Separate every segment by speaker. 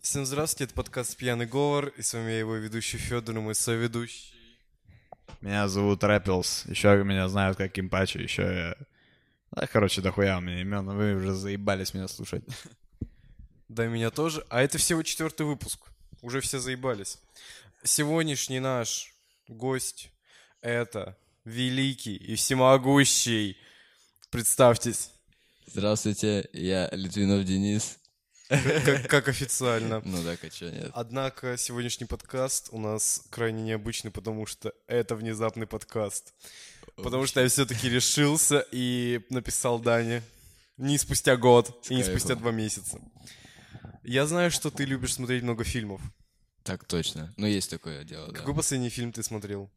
Speaker 1: Всем здравствуйте, это подкаст «Пьяный говор», и с вами я, его ведущий Федор, и мой соведущий.
Speaker 2: Меня зовут Рэппелс, еще меня знают как Импачи, еще я... Да, короче, дохуя у меня имен, вы уже заебались меня слушать.
Speaker 1: Да, меня тоже. А это всего четвертый выпуск. Уже все заебались. Сегодняшний наш гость — это великий и всемогущий. Представьтесь,
Speaker 3: Здравствуйте, я Литвинов Денис.
Speaker 1: как, как официально.
Speaker 3: Ну да, а чё нет?
Speaker 1: Однако сегодняшний подкаст у нас крайне необычный, потому что это внезапный подкаст. Потому что я все-таки решился и написал Дане. Не спустя год, и не
Speaker 3: кайфом.
Speaker 1: спустя два месяца. Я знаю, что ты любишь смотреть много фильмов.
Speaker 3: Так точно. Ну, есть такое дело, да.
Speaker 1: Какой последний фильм ты смотрел?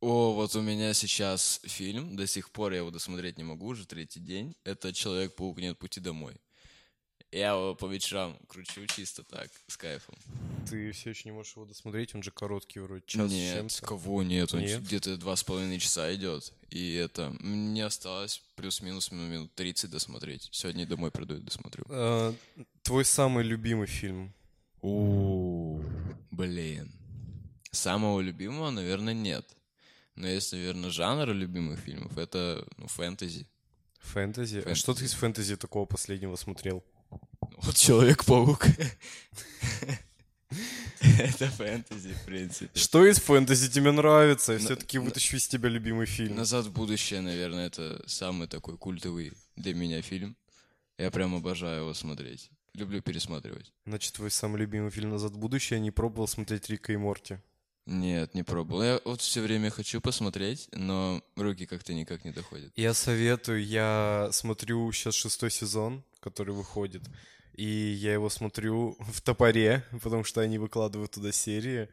Speaker 3: О, вот у меня сейчас фильм, до сих пор я его досмотреть не могу, уже третий день. Это «Человек-паук. Нет пути домой». Я его по вечерам кручу чисто так, с кайфом.
Speaker 1: Ты все еще не можешь его досмотреть, он же короткий вроде, час с
Speaker 3: Нет,
Speaker 1: чем-то.
Speaker 3: кого нет, он
Speaker 1: Нет?
Speaker 3: где-то два с половиной часа идет. И это, мне осталось плюс-минус минут 30 досмотреть. Сегодня домой приду и досмотрю.
Speaker 1: Э, Твой самый любимый фильм?
Speaker 3: У, блин. Самого любимого, наверное, нет. Но есть, наверное, жанр любимых фильмов, это ну, фэнтези.
Speaker 1: Фэнтези? А что ты из фэнтези такого последнего смотрел?
Speaker 3: Ну, Вот Человек-паук. Это фэнтези, в принципе.
Speaker 1: Что из фэнтези тебе нравится? Я
Speaker 3: На-
Speaker 1: все-таки вытащу из тебя любимый фильм.
Speaker 3: «Назад в будущее», наверное, это самый такой культовый для меня фильм. Я прям обожаю его смотреть. Люблю пересматривать.
Speaker 1: Значит, твой самый любимый фильм «Назад в будущее» я не пробовал смотреть Рика и Морти.
Speaker 3: Нет, не пробовал. Я вот все время хочу посмотреть, но руки как-то никак не доходят.
Speaker 1: Я советую, я смотрю сейчас шестой сезон, который выходит, и я его смотрю в топоре, потому что они выкладывают туда серии,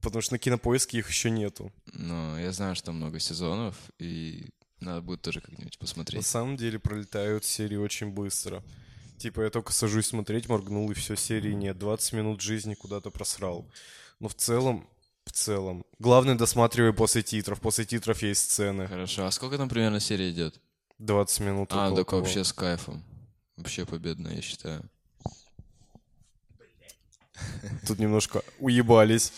Speaker 1: потому что на кинопоиске их еще нету.
Speaker 3: Но я знаю, что много сезонов, и надо будет тоже как-нибудь
Speaker 1: На
Speaker 3: посмотреть.
Speaker 1: самом деле пролетают серии очень быстро. Типа я только сажусь смотреть, моргнул, и все, серии нет. 20 минут жизни куда-то просрал. Но в целом, в целом. Главное, досматривай после титров. После титров есть сцены.
Speaker 3: Хорошо, а сколько там примерно серий идет?
Speaker 1: 20 минут.
Speaker 3: А,
Speaker 1: около
Speaker 3: так
Speaker 1: того.
Speaker 3: вообще с кайфом. Вообще победно, я считаю.
Speaker 1: Тут немножко уебались.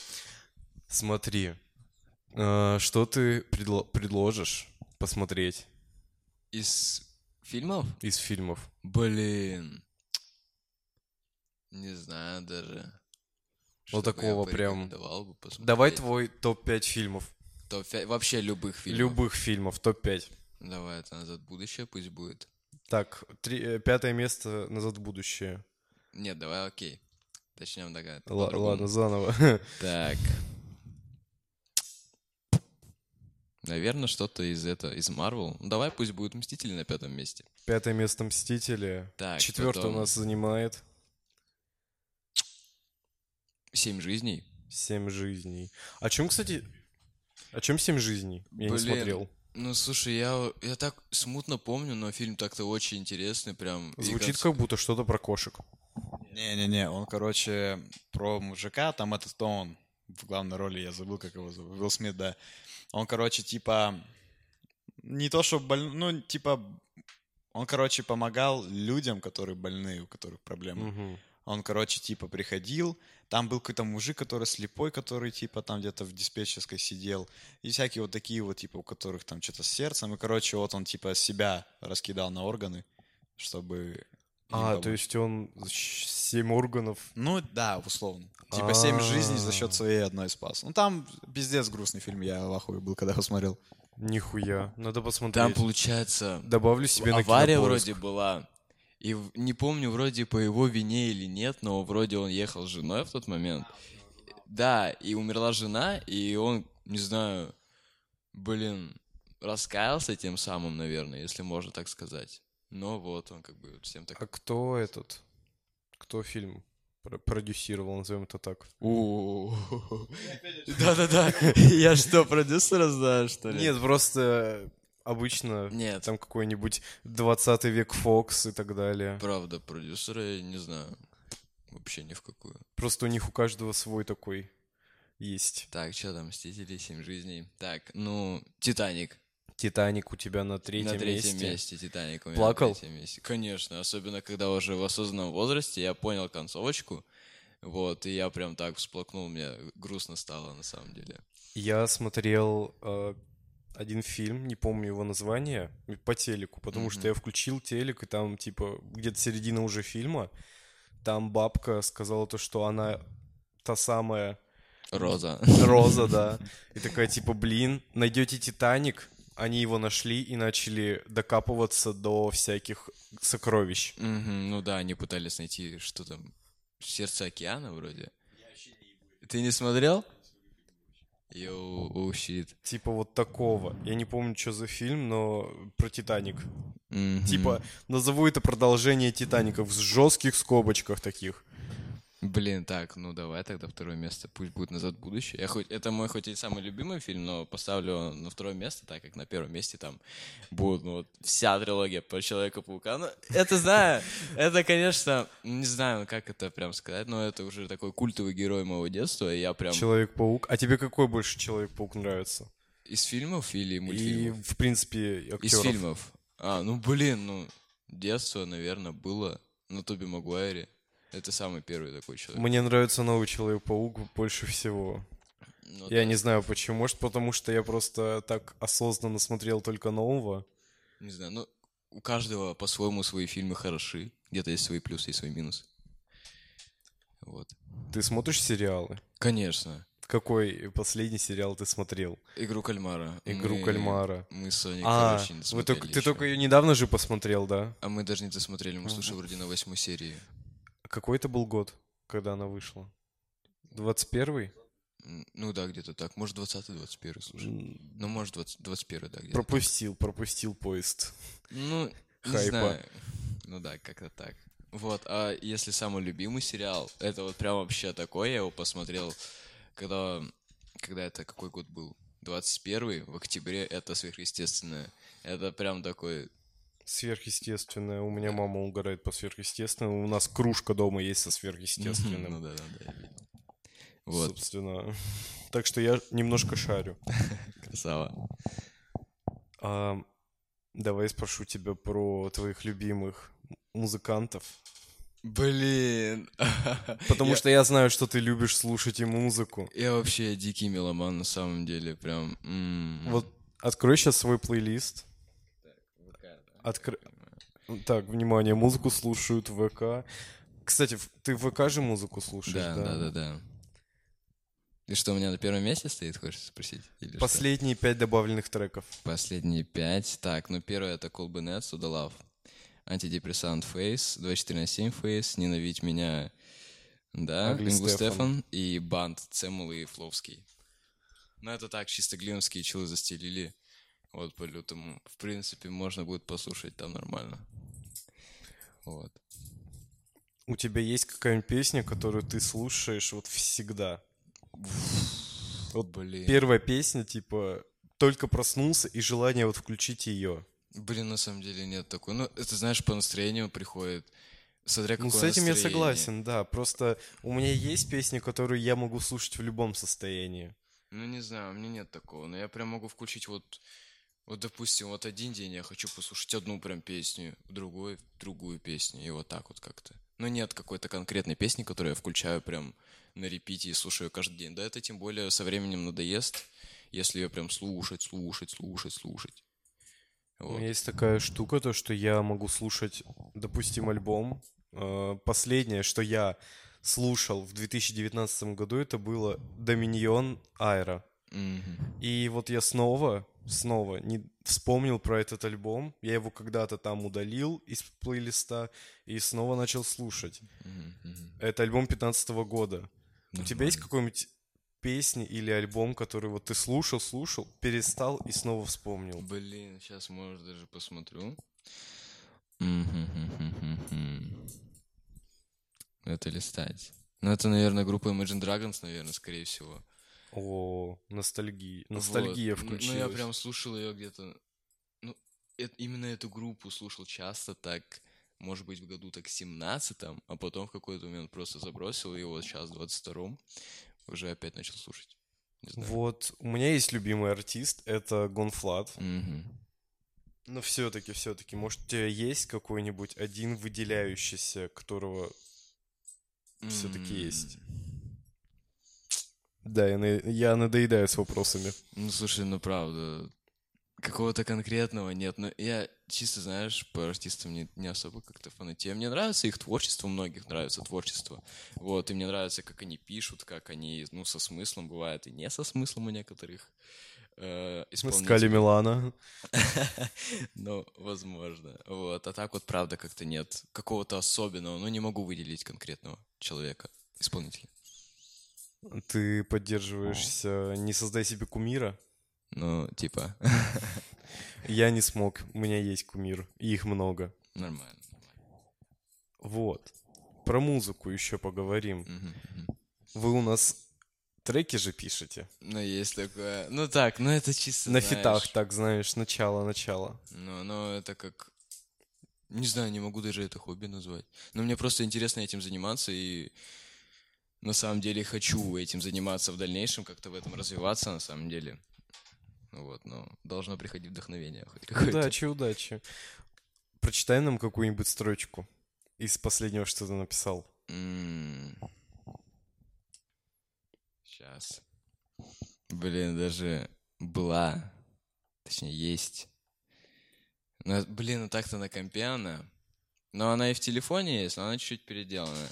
Speaker 1: Смотри, э, что ты предло- предложишь посмотреть
Speaker 3: Из фильмов?
Speaker 1: из фильмов?
Speaker 3: Блин. Не знаю даже.
Speaker 1: Вот
Speaker 3: Что бы я
Speaker 1: такого прям.
Speaker 3: порекомендовал бы посмотреть.
Speaker 1: Давай твой топ-5 фильмов.
Speaker 3: Топ пять- Вообще любых фильмов.
Speaker 1: Любых фильмов, топ-5.
Speaker 3: Давай, это «Назад в будущее» пусть будет.
Speaker 1: Так, три- э, пятое место «Назад в будущее».
Speaker 3: Нет, давай окей. Точнее, такая.
Speaker 1: Л- ладно, заново.
Speaker 3: Так. Наверное, что-то из этого, из Марвел. Ну, давай пусть будут Мстители на пятом месте.
Speaker 1: Пятое место «Мстители».
Speaker 3: Так,
Speaker 1: Четвертое
Speaker 3: потом-
Speaker 1: у нас занимает
Speaker 3: Семь жизней.
Speaker 1: «Семь жизней». О чем, кстати... О чем «Семь жизней»? Я не
Speaker 3: Блин.
Speaker 1: смотрел.
Speaker 3: Ну, слушай, я, я так смутно помню, но фильм так-то очень интересный, прям. и
Speaker 1: Звучит
Speaker 3: конц-
Speaker 1: как будто что-то про кошек.
Speaker 2: Не-не-не, он, короче, про мужика, там этот кто он в главной роли, я забыл, как его зовут, Уилл Смит, да. Он, короче, типа, не то, что больной, ну, типа, он, короче, помогал людям, которые больные, у которых
Speaker 3: Эм,
Speaker 2: проблемы.
Speaker 1: Мгм.
Speaker 2: Он, короче, типа, приходил, там был какой-то мужик, который слепой, который, типа, там где-то в диспетчерской сидел, и всякие вот такие вот, типа, у которых там что-то с сердцем, и, короче, вот он, типа, себя раскидал на органы, чтобы... им
Speaker 1: А, то
Speaker 2: помочь.
Speaker 1: есть он щ- семь органов
Speaker 2: Ну да, условно. Типа семь
Speaker 1: А.
Speaker 2: жизней за счет своей одной спас. Ну там пиздец грустный фильм, я в ахуе был, когда его смотрел.
Speaker 1: Нихуя. Надо
Speaker 3: Там,
Speaker 1: посмотреть.
Speaker 3: получается,
Speaker 1: Добавлю себе на
Speaker 3: авария
Speaker 1: Кинопоиск.
Speaker 3: вроде была. И в- не помню, вроде по его вине или нет, но вроде он ехал с женой в тот момент. Да, и умерла жена, и он, не знаю, блин, раскаялся тем самым, наверное, если можно так сказать. Но вот он как бы всем так...
Speaker 1: А кто этот? Кто фильм про- продюсировал, назовем это так?
Speaker 3: Да-да-да, я что, продюсера знаю, что ли?
Speaker 1: Нет, просто обычно
Speaker 3: Нет,
Speaker 1: там какой-нибудь 20 век Фокс и так далее.
Speaker 3: правда, продюсера я не знаю. Вообще ни в какую.
Speaker 1: Просто у них у каждого свой такой есть.
Speaker 3: Так, что там, Мстители, Семь жизней. Так, ну, Титаник.
Speaker 1: Титаник у тебя на третьем,
Speaker 3: на третьем
Speaker 1: месте.
Speaker 3: месте. Титаник у меня
Speaker 1: Плакал?
Speaker 3: на третьем месте. Конечно, особенно когда уже в осознанном возрасте я понял концовочку. Вот, и я прям так всплакнул, мне грустно стало на самом деле.
Speaker 1: Я смотрел э, один фильм, не помню его название, по телеку, потому что
Speaker 3: Мгм.
Speaker 1: я включил телек, и там, типа, где-то середина уже фильма, там бабка сказала то, что она та самая
Speaker 3: Роза.
Speaker 1: Роза, да. И такая, типа, блин, найдете Титаник, они его нашли и начали докапываться до всяких сокровищ.
Speaker 3: Мгм, ну да, они пытались найти, что там, сердце океана вроде. Ты не смотрел? Йоу, oh, о, щит.
Speaker 1: Типа вот такого. Я не помню, что за фильм, но про Титаник.
Speaker 3: Мгм.
Speaker 1: Типа, назову это продолжение Титаника в жестких скобочках таких.
Speaker 3: Блин, так, ну давай тогда второе место. Пусть будет «Назад в будущее». Я хоть, это мой хоть и самый любимый фильм, но поставлю его на второе место, так как на первом месте там будет ну, вот вся трилогия про Человека-паука. Ну, это знаю, это, конечно, не знаю, как это прям сказать, но это уже такой культовый герой моего детства, и я прям
Speaker 1: Человек-паук. А тебе какой больше Человек-паук нравится?
Speaker 3: из фильмов или
Speaker 1: И,
Speaker 3: мультфильмов?
Speaker 1: в принципе, актеров.
Speaker 3: Из фильмов. А, ну блин, ну детство, наверное, было на Тоби Магуайре. Это самый первый такой человек.
Speaker 1: Мне нравится новый Человек-паук больше всего.
Speaker 3: Ну,
Speaker 1: Я не знаю почему. Может, потому что я просто так осознанно смотрел только нового.
Speaker 3: Не знаю, ну, у каждого по-своему свои фильмы хороши. Где-то есть свои плюсы и свои минусы. Вот.
Speaker 1: Ты смотришь сериалы?
Speaker 3: Конечно.
Speaker 1: Какой последний сериал ты смотрел?
Speaker 3: Игру кальмара.
Speaker 1: Игру
Speaker 3: Мы-
Speaker 1: кальмара.
Speaker 3: Мы с Соней,
Speaker 1: а,
Speaker 3: короче, не
Speaker 1: вы
Speaker 3: досмотрели
Speaker 1: только, ты
Speaker 3: ещё.
Speaker 1: только ее недавно же посмотрел, да?
Speaker 3: А мы даже не досмотрели, мы слушали вроде на восьмой серии.
Speaker 1: Какой это был год, когда она вышла? 21-й?
Speaker 3: М, Ну да, где-то так. Может, 20-21, слушай.
Speaker 1: М,
Speaker 3: Ну, может, 20, 21, да, где-то.
Speaker 1: Пропустил, пропустил поезд.
Speaker 3: Ну,
Speaker 1: Хайпа.
Speaker 3: не знаю. Ну да, как-то так. Вот, а если самый любимый сериал, это вот прям вообще такой, я его посмотрел, когда, когда это какой год был? 21 в октябре, это сверхъестественное. Это прям такой...
Speaker 1: Сверхъестественное. У меня мама угорает по сверхъестественному. У нас кружка дома есть со
Speaker 3: Ну
Speaker 1: сверхъестественным.
Speaker 3: да, да, да, я видел. Вот,
Speaker 1: Собственно. Так что я немножко шарю.
Speaker 3: красава.
Speaker 1: А, давай спрошу тебя про твоих любимых музыкантов.
Speaker 3: Блин.
Speaker 1: Потому
Speaker 3: Я-
Speaker 1: что я знаю, что ты любишь слушать и музыку.
Speaker 3: Я вообще дикий меломан на самом деле, прям... м-м. м.
Speaker 1: Вот открой сейчас свой плейлист. Откры... Так, внимание, музыку слушают в ВК. Кстати, в- ты в ВК же музыку слушаешь,
Speaker 3: Да, да, да, да. И что, у меня на первом месте стоит, хочешь спросить? Или что?
Speaker 1: Последние пять добавленных треков.
Speaker 3: Последние пять. Так, ну первое это Cool Bennett, Судалав, Антидепрессант Фейс, 24 на 7 Фейс, Ненавидь меня, да,
Speaker 1: Агли
Speaker 3: Ингу
Speaker 1: Стефан.
Speaker 3: Стефан и Банд Цемул и Фловский. Ну это так, чисто глинские чилы застелили. Вот по-лютому. В принципе, можно будет послушать там нормально. Вот.
Speaker 1: У тебя есть какая-нибудь песня, которую ты слушаешь вот всегда? Вот
Speaker 3: блин.
Speaker 1: Первая песня, типа, только проснулся и желание вот включить ее.
Speaker 3: Блин, на самом деле нет такой. Ну, это знаешь, по настроению приходит. Смотря
Speaker 1: Ну, с
Speaker 3: какое
Speaker 1: этим я
Speaker 3: настроение.
Speaker 1: согласен, да. Просто у меня есть песни, которые я могу слушать в любом состоянии.
Speaker 3: Ну, не знаю, у меня нет такого. Но я прям могу включить вот... Вот, допустим, вот один день я хочу послушать одну прям песню, другой другую песню, и вот так вот как-то. Но нет какой-то конкретной песни, которую я включаю прям на репите и слушаю каждый день. Да это тем более со временем надоест, если ее прям слушать, слушать, слушать, слушать.
Speaker 1: У
Speaker 3: Вот.
Speaker 1: меня есть такая штука, то, что я могу слушать, допустим, альбом. Э, Последнее, что я слушал в 2019 году, это было «Доминьон Айра».
Speaker 3: Мгм.
Speaker 1: И вот я снова, снова не вспомнил про этот альбом. Я его когда-то там удалил из плейлиста и снова начал слушать.
Speaker 3: Мгм. Мгм.
Speaker 1: Это альбом 15 года. У тебя есть
Speaker 3: Нормально.
Speaker 1: какой-нибудь песни или альбом, который вот ты слушал, слушал, перестал и снова вспомнил?
Speaker 3: Блин, сейчас, может, даже посмотрю. Мгм-хм-хм-хм-хм. Это листать. Ну, это, наверное, группа Imagine Dragons, наверное, скорее всего.
Speaker 1: О, ностальгия. Ностальгия
Speaker 3: Вот. Н-
Speaker 1: включилась.
Speaker 3: Ну, я прям слушал ее где-то... Ну, эт- именно эту группу слушал часто так, может быть, в году так 17-м, а потом в какой-то момент просто забросил, и вот сейчас, в 22-м, уже опять начал слушать. Не знаю.
Speaker 1: Вот, у меня есть любимый артист, это Гонфлат.
Speaker 3: Мгм.
Speaker 1: Но все-таки, все-таки, может, у тебя есть какой-нибудь один выделяющийся, которого все-таки
Speaker 3: М.
Speaker 1: есть. Да, я, на- я надоедаю с вопросами.
Speaker 3: Ну, слушай, ну правда, какого-то конкретного нет. Но я чисто, знаешь, по артистам не, не особо как-то фанатею. Мне нравится их творчество, многих нравится творчество. Вот, и мне нравится, как они пишут, как они, ну, со смыслом бывает, и не со смыслом у некоторых э,
Speaker 1: Скали
Speaker 3: исполнителей.
Speaker 1: Милана.
Speaker 3: Ну, возможно. Вот, а так вот, правда, как-то нет какого-то особенного. Ну, не могу выделить конкретного человека, исполнителя.
Speaker 1: Ты поддерживаешься «Не создай себе кумира».
Speaker 3: Ну, типа,
Speaker 1: Я не смог, у меня есть кумир, и их много.
Speaker 3: нормально.
Speaker 1: Вот. Про музыку еще поговорим.
Speaker 3: Мгм, мгм.
Speaker 1: Вы у нас треки же пишете?
Speaker 3: Ну, есть такое. Ну так, ну это чисто.
Speaker 1: На
Speaker 3: знаешь,
Speaker 1: фитах, так знаешь, начало-начало.
Speaker 3: Ну, ну это как. Не знаю, не могу даже это хобби назвать. Но мне просто интересно этим заниматься и на самом деле хочу этим заниматься в дальнейшем, как-то в этом развиваться на самом деле. Вот, но должно приходить вдохновение хоть какое-то.
Speaker 1: Удачи, удачи. Прочитай нам какую-нибудь строчку из последнего, что ты написал.
Speaker 3: Сейчас. Блин, даже была. Точнее, есть. Но, блин, ну так-то на компе она. Но она и в телефоне есть, но она чуть-чуть переделана.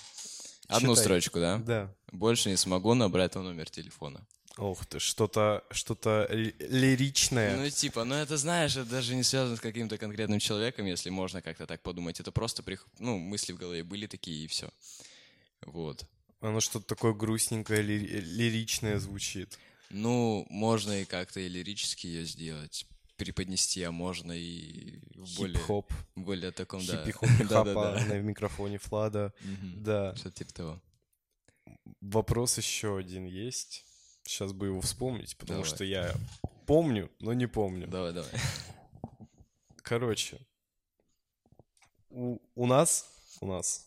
Speaker 3: Одну
Speaker 1: Читай.
Speaker 3: строчку, да?
Speaker 1: Да.
Speaker 3: Больше не смогу набрать твой номер телефона.
Speaker 1: Ох ты, что-то что-то ли- лиричное.
Speaker 3: Ну, типа, ну это знаешь, это даже не связано с каким-то конкретным человеком, если можно как-то так подумать. Это просто, прих- ну, мысли в голове были такие, и все. Вот.
Speaker 1: Оно что-то такое грустненькое, ли- лиричное звучит.
Speaker 3: Ну, можно и как-то и лирически ее сделать, преподнести, а можно и в более,
Speaker 1: Хип-хоп.
Speaker 3: более таком, да.
Speaker 1: Хип-хоп,
Speaker 3: Да-да-да.
Speaker 1: на микрофоне Флада.
Speaker 3: Мгм.
Speaker 1: Да.
Speaker 3: Что-то типа того.
Speaker 1: Вопрос еще один есть. Сейчас бы его вспомнить, потому
Speaker 3: Давай.
Speaker 1: что я помню, но не помню.
Speaker 3: Давай, давай.
Speaker 1: Короче, у, у нас, у нас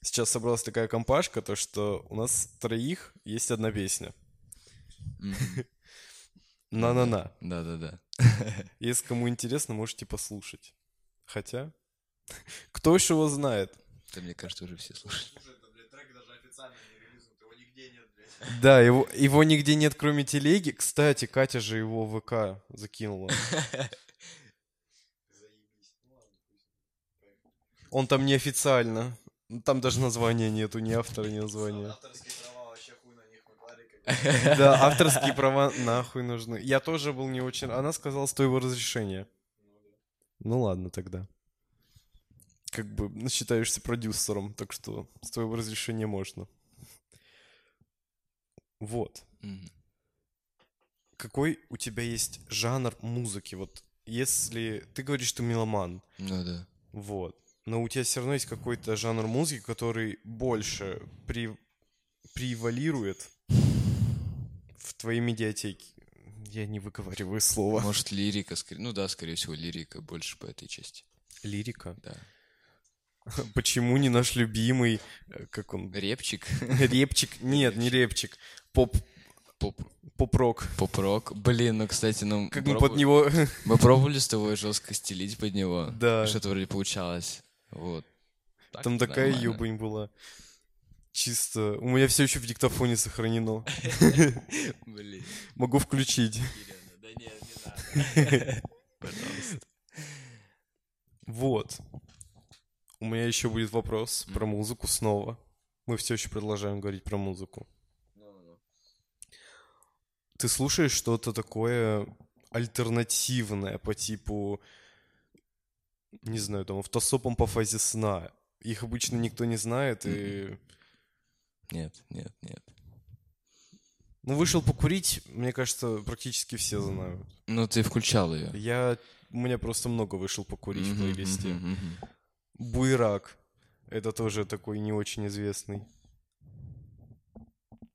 Speaker 1: сейчас собралась такая компашка, то что у нас троих есть одна песня.
Speaker 3: Мгм.
Speaker 1: На-на-на.
Speaker 3: Да-да-да.
Speaker 1: Если кому интересно, можете послушать. Хотя, кто еще его знает?
Speaker 3: Это, мне кажется, уже все слушают.
Speaker 1: Да, его, его нигде нет, кроме телеги. Кстати, Катя же его в ВК закинула. Он там неофициально. Ну, Там даже названия нету, ни автора, ни названия. Да, авторские права нахуй нужны. Я тоже был не очень... Она сказала, что его разрешение. Ну ладно тогда. Как бы ну, считаешься продюсером, так что с твоего разрешения можно. Вот.
Speaker 3: Мгм.
Speaker 1: Какой у тебя есть жанр музыки? Вот если ты говоришь, что меломан,
Speaker 3: Ну да.
Speaker 1: вот. Но у тебя все равно есть какой-то жанр музыки, который больше при... превалирует в твоей медиатеке. Я не выговариваю слово.
Speaker 3: Может, лирика, скорее... ну да, скорее всего, лирика больше по этой части.
Speaker 1: Лирика.
Speaker 3: Да.
Speaker 1: Почему не наш любимый, э, как он,
Speaker 3: Репчик,
Speaker 1: репчик? Нет, не репчик. Поп,
Speaker 3: поп,
Speaker 1: поп-рок.
Speaker 3: поп-рок. Блин, ну, кстати, ну...
Speaker 1: Как мы под
Speaker 3: пробовали-
Speaker 1: него...
Speaker 3: Мы пробовали с тобой жестко стелить под него.
Speaker 1: Да.
Speaker 3: Что-то вроде получалось. Вот.
Speaker 1: Там такая
Speaker 3: нормально.
Speaker 1: юбань была. Чисто. У меня все еще в диктофоне сохранено.
Speaker 3: Блин,
Speaker 1: Могу включить.
Speaker 3: Елена, да нет, не надо.
Speaker 1: Вот. У меня еще будет вопрос
Speaker 3: Мгм.
Speaker 1: про музыку снова. Мы все еще продолжаем говорить про музыку.
Speaker 3: Ну-ну-ну.
Speaker 1: Ты слушаешь что-то такое альтернативное по типу, не знаю, там, автосопом по фазе сна. Их обычно никто не знает, и...
Speaker 3: Нет, нет, нет.
Speaker 1: Ну, вышел покурить, мне кажется, практически все знают.
Speaker 3: Ну, ты включал ее.
Speaker 1: Я... У меня просто много вышел покурить в плейлисте.
Speaker 3: Мгм, мгм, мгм.
Speaker 1: Буйрак. Это тоже такой не очень известный.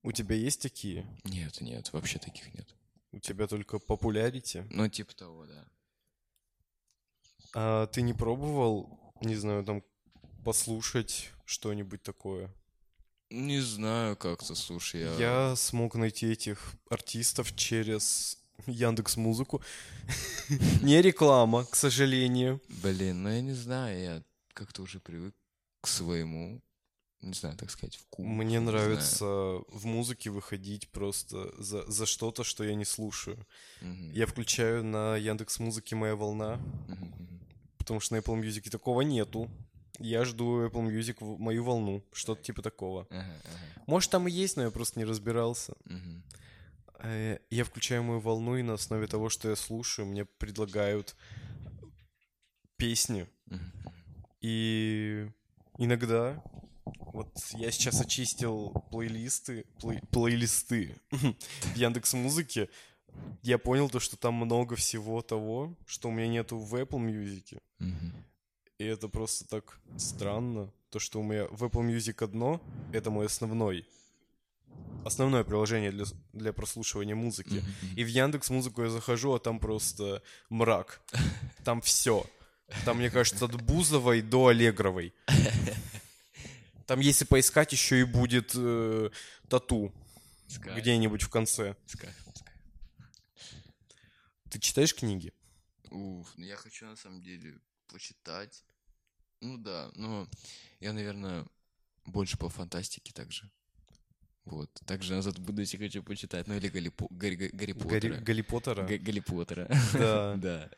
Speaker 1: У тебя есть такие?
Speaker 3: Нет, нет, вообще таких нет.
Speaker 1: У тебя только популярити.
Speaker 3: Ну, типа того, да.
Speaker 1: А ты не пробовал, не знаю, там послушать что-нибудь такое?
Speaker 3: Не знаю как-то, слушай, я...
Speaker 1: Я смог найти этих артистов через Яндекс Музыку. Не реклама, к сожалению.
Speaker 3: Блин, ну я не знаю, я как-то уже привык к своему не знаю, так сказать, вкус.
Speaker 1: Мне
Speaker 3: не
Speaker 1: нравится в музыке выходить просто за, за что-то, что я не слушаю.
Speaker 3: знаю. Мгм.
Speaker 1: Я включаю на Яндекс Музыке «Моя волна»,
Speaker 3: Мгм, мгм.
Speaker 1: потому что на Apple Music такого нету. Я жду Apple Music в «Мою волну», что-то типа такого.
Speaker 3: Ага, ага.
Speaker 1: Может, там и есть, но я просто не разбирался.
Speaker 3: Мгм.
Speaker 1: Э, Я включаю мою волну, и на основе того, что я слушаю, мне предлагают песни.
Speaker 3: Мгм.
Speaker 1: И иногда... Вот я сейчас очистил плейлисты, плей- плейлисты в Яндекс Музыке. Я понял то, что там много всего того, что у меня нету в Apple Music.
Speaker 3: Мгм.
Speaker 1: И это просто так странно. То, что у меня в Apple Music одно, это мой основной. Основное приложение для, с- для прослушивания музыки.
Speaker 3: Мгм.
Speaker 1: И в Яндекс Музыку я захожу, а там просто мрак. Там все. Там, мне кажется, от Бузовой до Аллегровой. Там, если поискать, еще и будет э, тату
Speaker 3: Скай,
Speaker 1: где-нибудь в конце.
Speaker 3: скай, скай.
Speaker 1: Ты читаешь книги?
Speaker 3: Уф, ну я хочу на самом деле почитать. Ну да, но я, наверное, больше по фантастике также. Вот, также «Назад в будущее» хочу почитать. Ну или «Гарри, По- Гарри- Гарри-
Speaker 1: Гарри,
Speaker 3: Гарри Поттера».
Speaker 1: Гарри Поттера?
Speaker 3: Га- Гарри Поттера.
Speaker 1: Да.
Speaker 3: Да.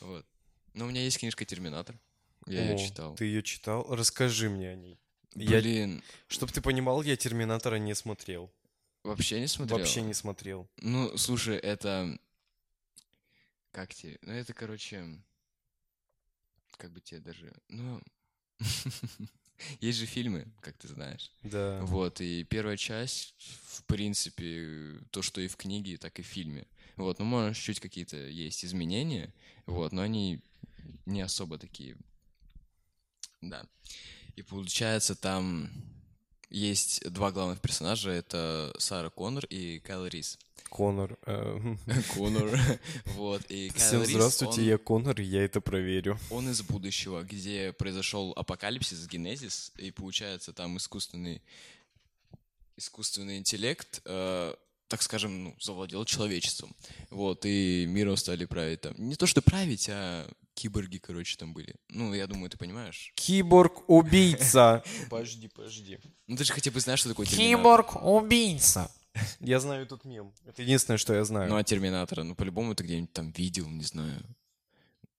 Speaker 3: Вот. Но у меня есть книжка «Терминатор». Я
Speaker 1: О,
Speaker 3: ее читал.
Speaker 1: Ты ее читал? Расскажи мне о ней. я-
Speaker 3: Блин,
Speaker 1: Чтоб ты понимал, я Терминатора не смотрел.
Speaker 3: вообще не смотрел?
Speaker 1: Вообще не смотрел.
Speaker 3: Ну, слушай, это... Как тебе? Ну, это, короче... Как бы тебе даже... Ну... Есть же фильмы, как ты знаешь.
Speaker 1: Да.
Speaker 3: Вот, и первая часть, в принципе, то, что и в книге, так и в фильме. Вот, ну, может, чуть какие-то есть изменения, вот, но они не особо такие. Да. И получается, там есть два главных персонажа, это Сара Коннор и Кайл Рис.
Speaker 1: Конор. э,
Speaker 3: Коннор. Вот, и Кайл
Speaker 1: Всем
Speaker 3: Рис,
Speaker 1: здравствуйте,
Speaker 3: он-
Speaker 1: я Конор, и я это проверю.
Speaker 3: он из будущего, где произошел апокалипсис, генезис, и получается там искусственный, искусственный интеллект, э, так скажем, ну, завладел человечеством. Вот, и миром стали править там. Не то, что править, а киборги, короче, там были. Ну, я думаю, ты понимаешь.
Speaker 1: Киборг-убийца. Подожди, подожди.
Speaker 3: Ну, ты же хотя бы знаешь, что такое терминатор.
Speaker 1: Киборг-убийца. Я знаю этот мем. Это единственное, что я
Speaker 3: Ну,
Speaker 1: знаю.
Speaker 3: а терминатора, ну, по-любому ты где-нибудь там видел, не знаю,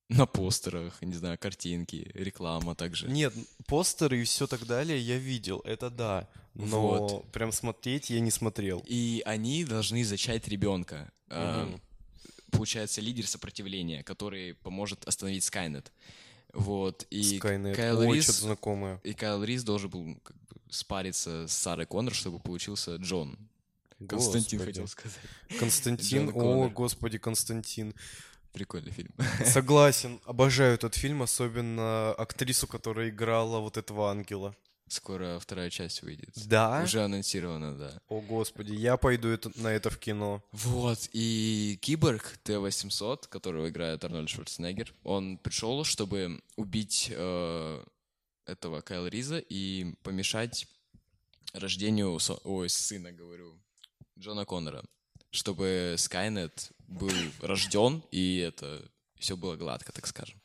Speaker 3: на постерах, не знаю, картинки, реклама также.
Speaker 1: Нет, постеры и все так далее я видел, это да. Но
Speaker 3: Вот.
Speaker 1: прям смотреть я не смотрел.
Speaker 3: И они должны зачать ребенка. Э,
Speaker 1: Мгм.
Speaker 3: Получается, лидер сопротивления, который поможет остановить Скайнет. Вот. И
Speaker 1: Skynet.
Speaker 3: Кайл
Speaker 1: Ой,
Speaker 3: Рис-
Speaker 1: что-то знакомое.
Speaker 3: и Кайл Рис должен был как бы, спариться с Сарой Коннор, чтобы получился Джон. Константин
Speaker 1: Господи.
Speaker 3: хотел сказать.
Speaker 1: Константин,
Speaker 3: Джон
Speaker 1: о,
Speaker 3: Коннор.
Speaker 1: господи, Константин.
Speaker 3: Прикольный фильм.
Speaker 1: Согласен, обожаю этот фильм, особенно актрису, которая играла вот этого ангела.
Speaker 3: Скоро вторая часть выйдет.
Speaker 1: Да?
Speaker 3: Уже анонсировано, да.
Speaker 1: О, господи, я пойду это- на это в кино.
Speaker 3: Вот, и Киборг Т-800, которого играет Арнольд Шварценеггер, он пришел, чтобы убить э, этого Кайл Риза и помешать рождению, со- ой, сына, говорю, Джона Коннора, чтобы Скайнет был рожден, и это все было гладко, так скажем.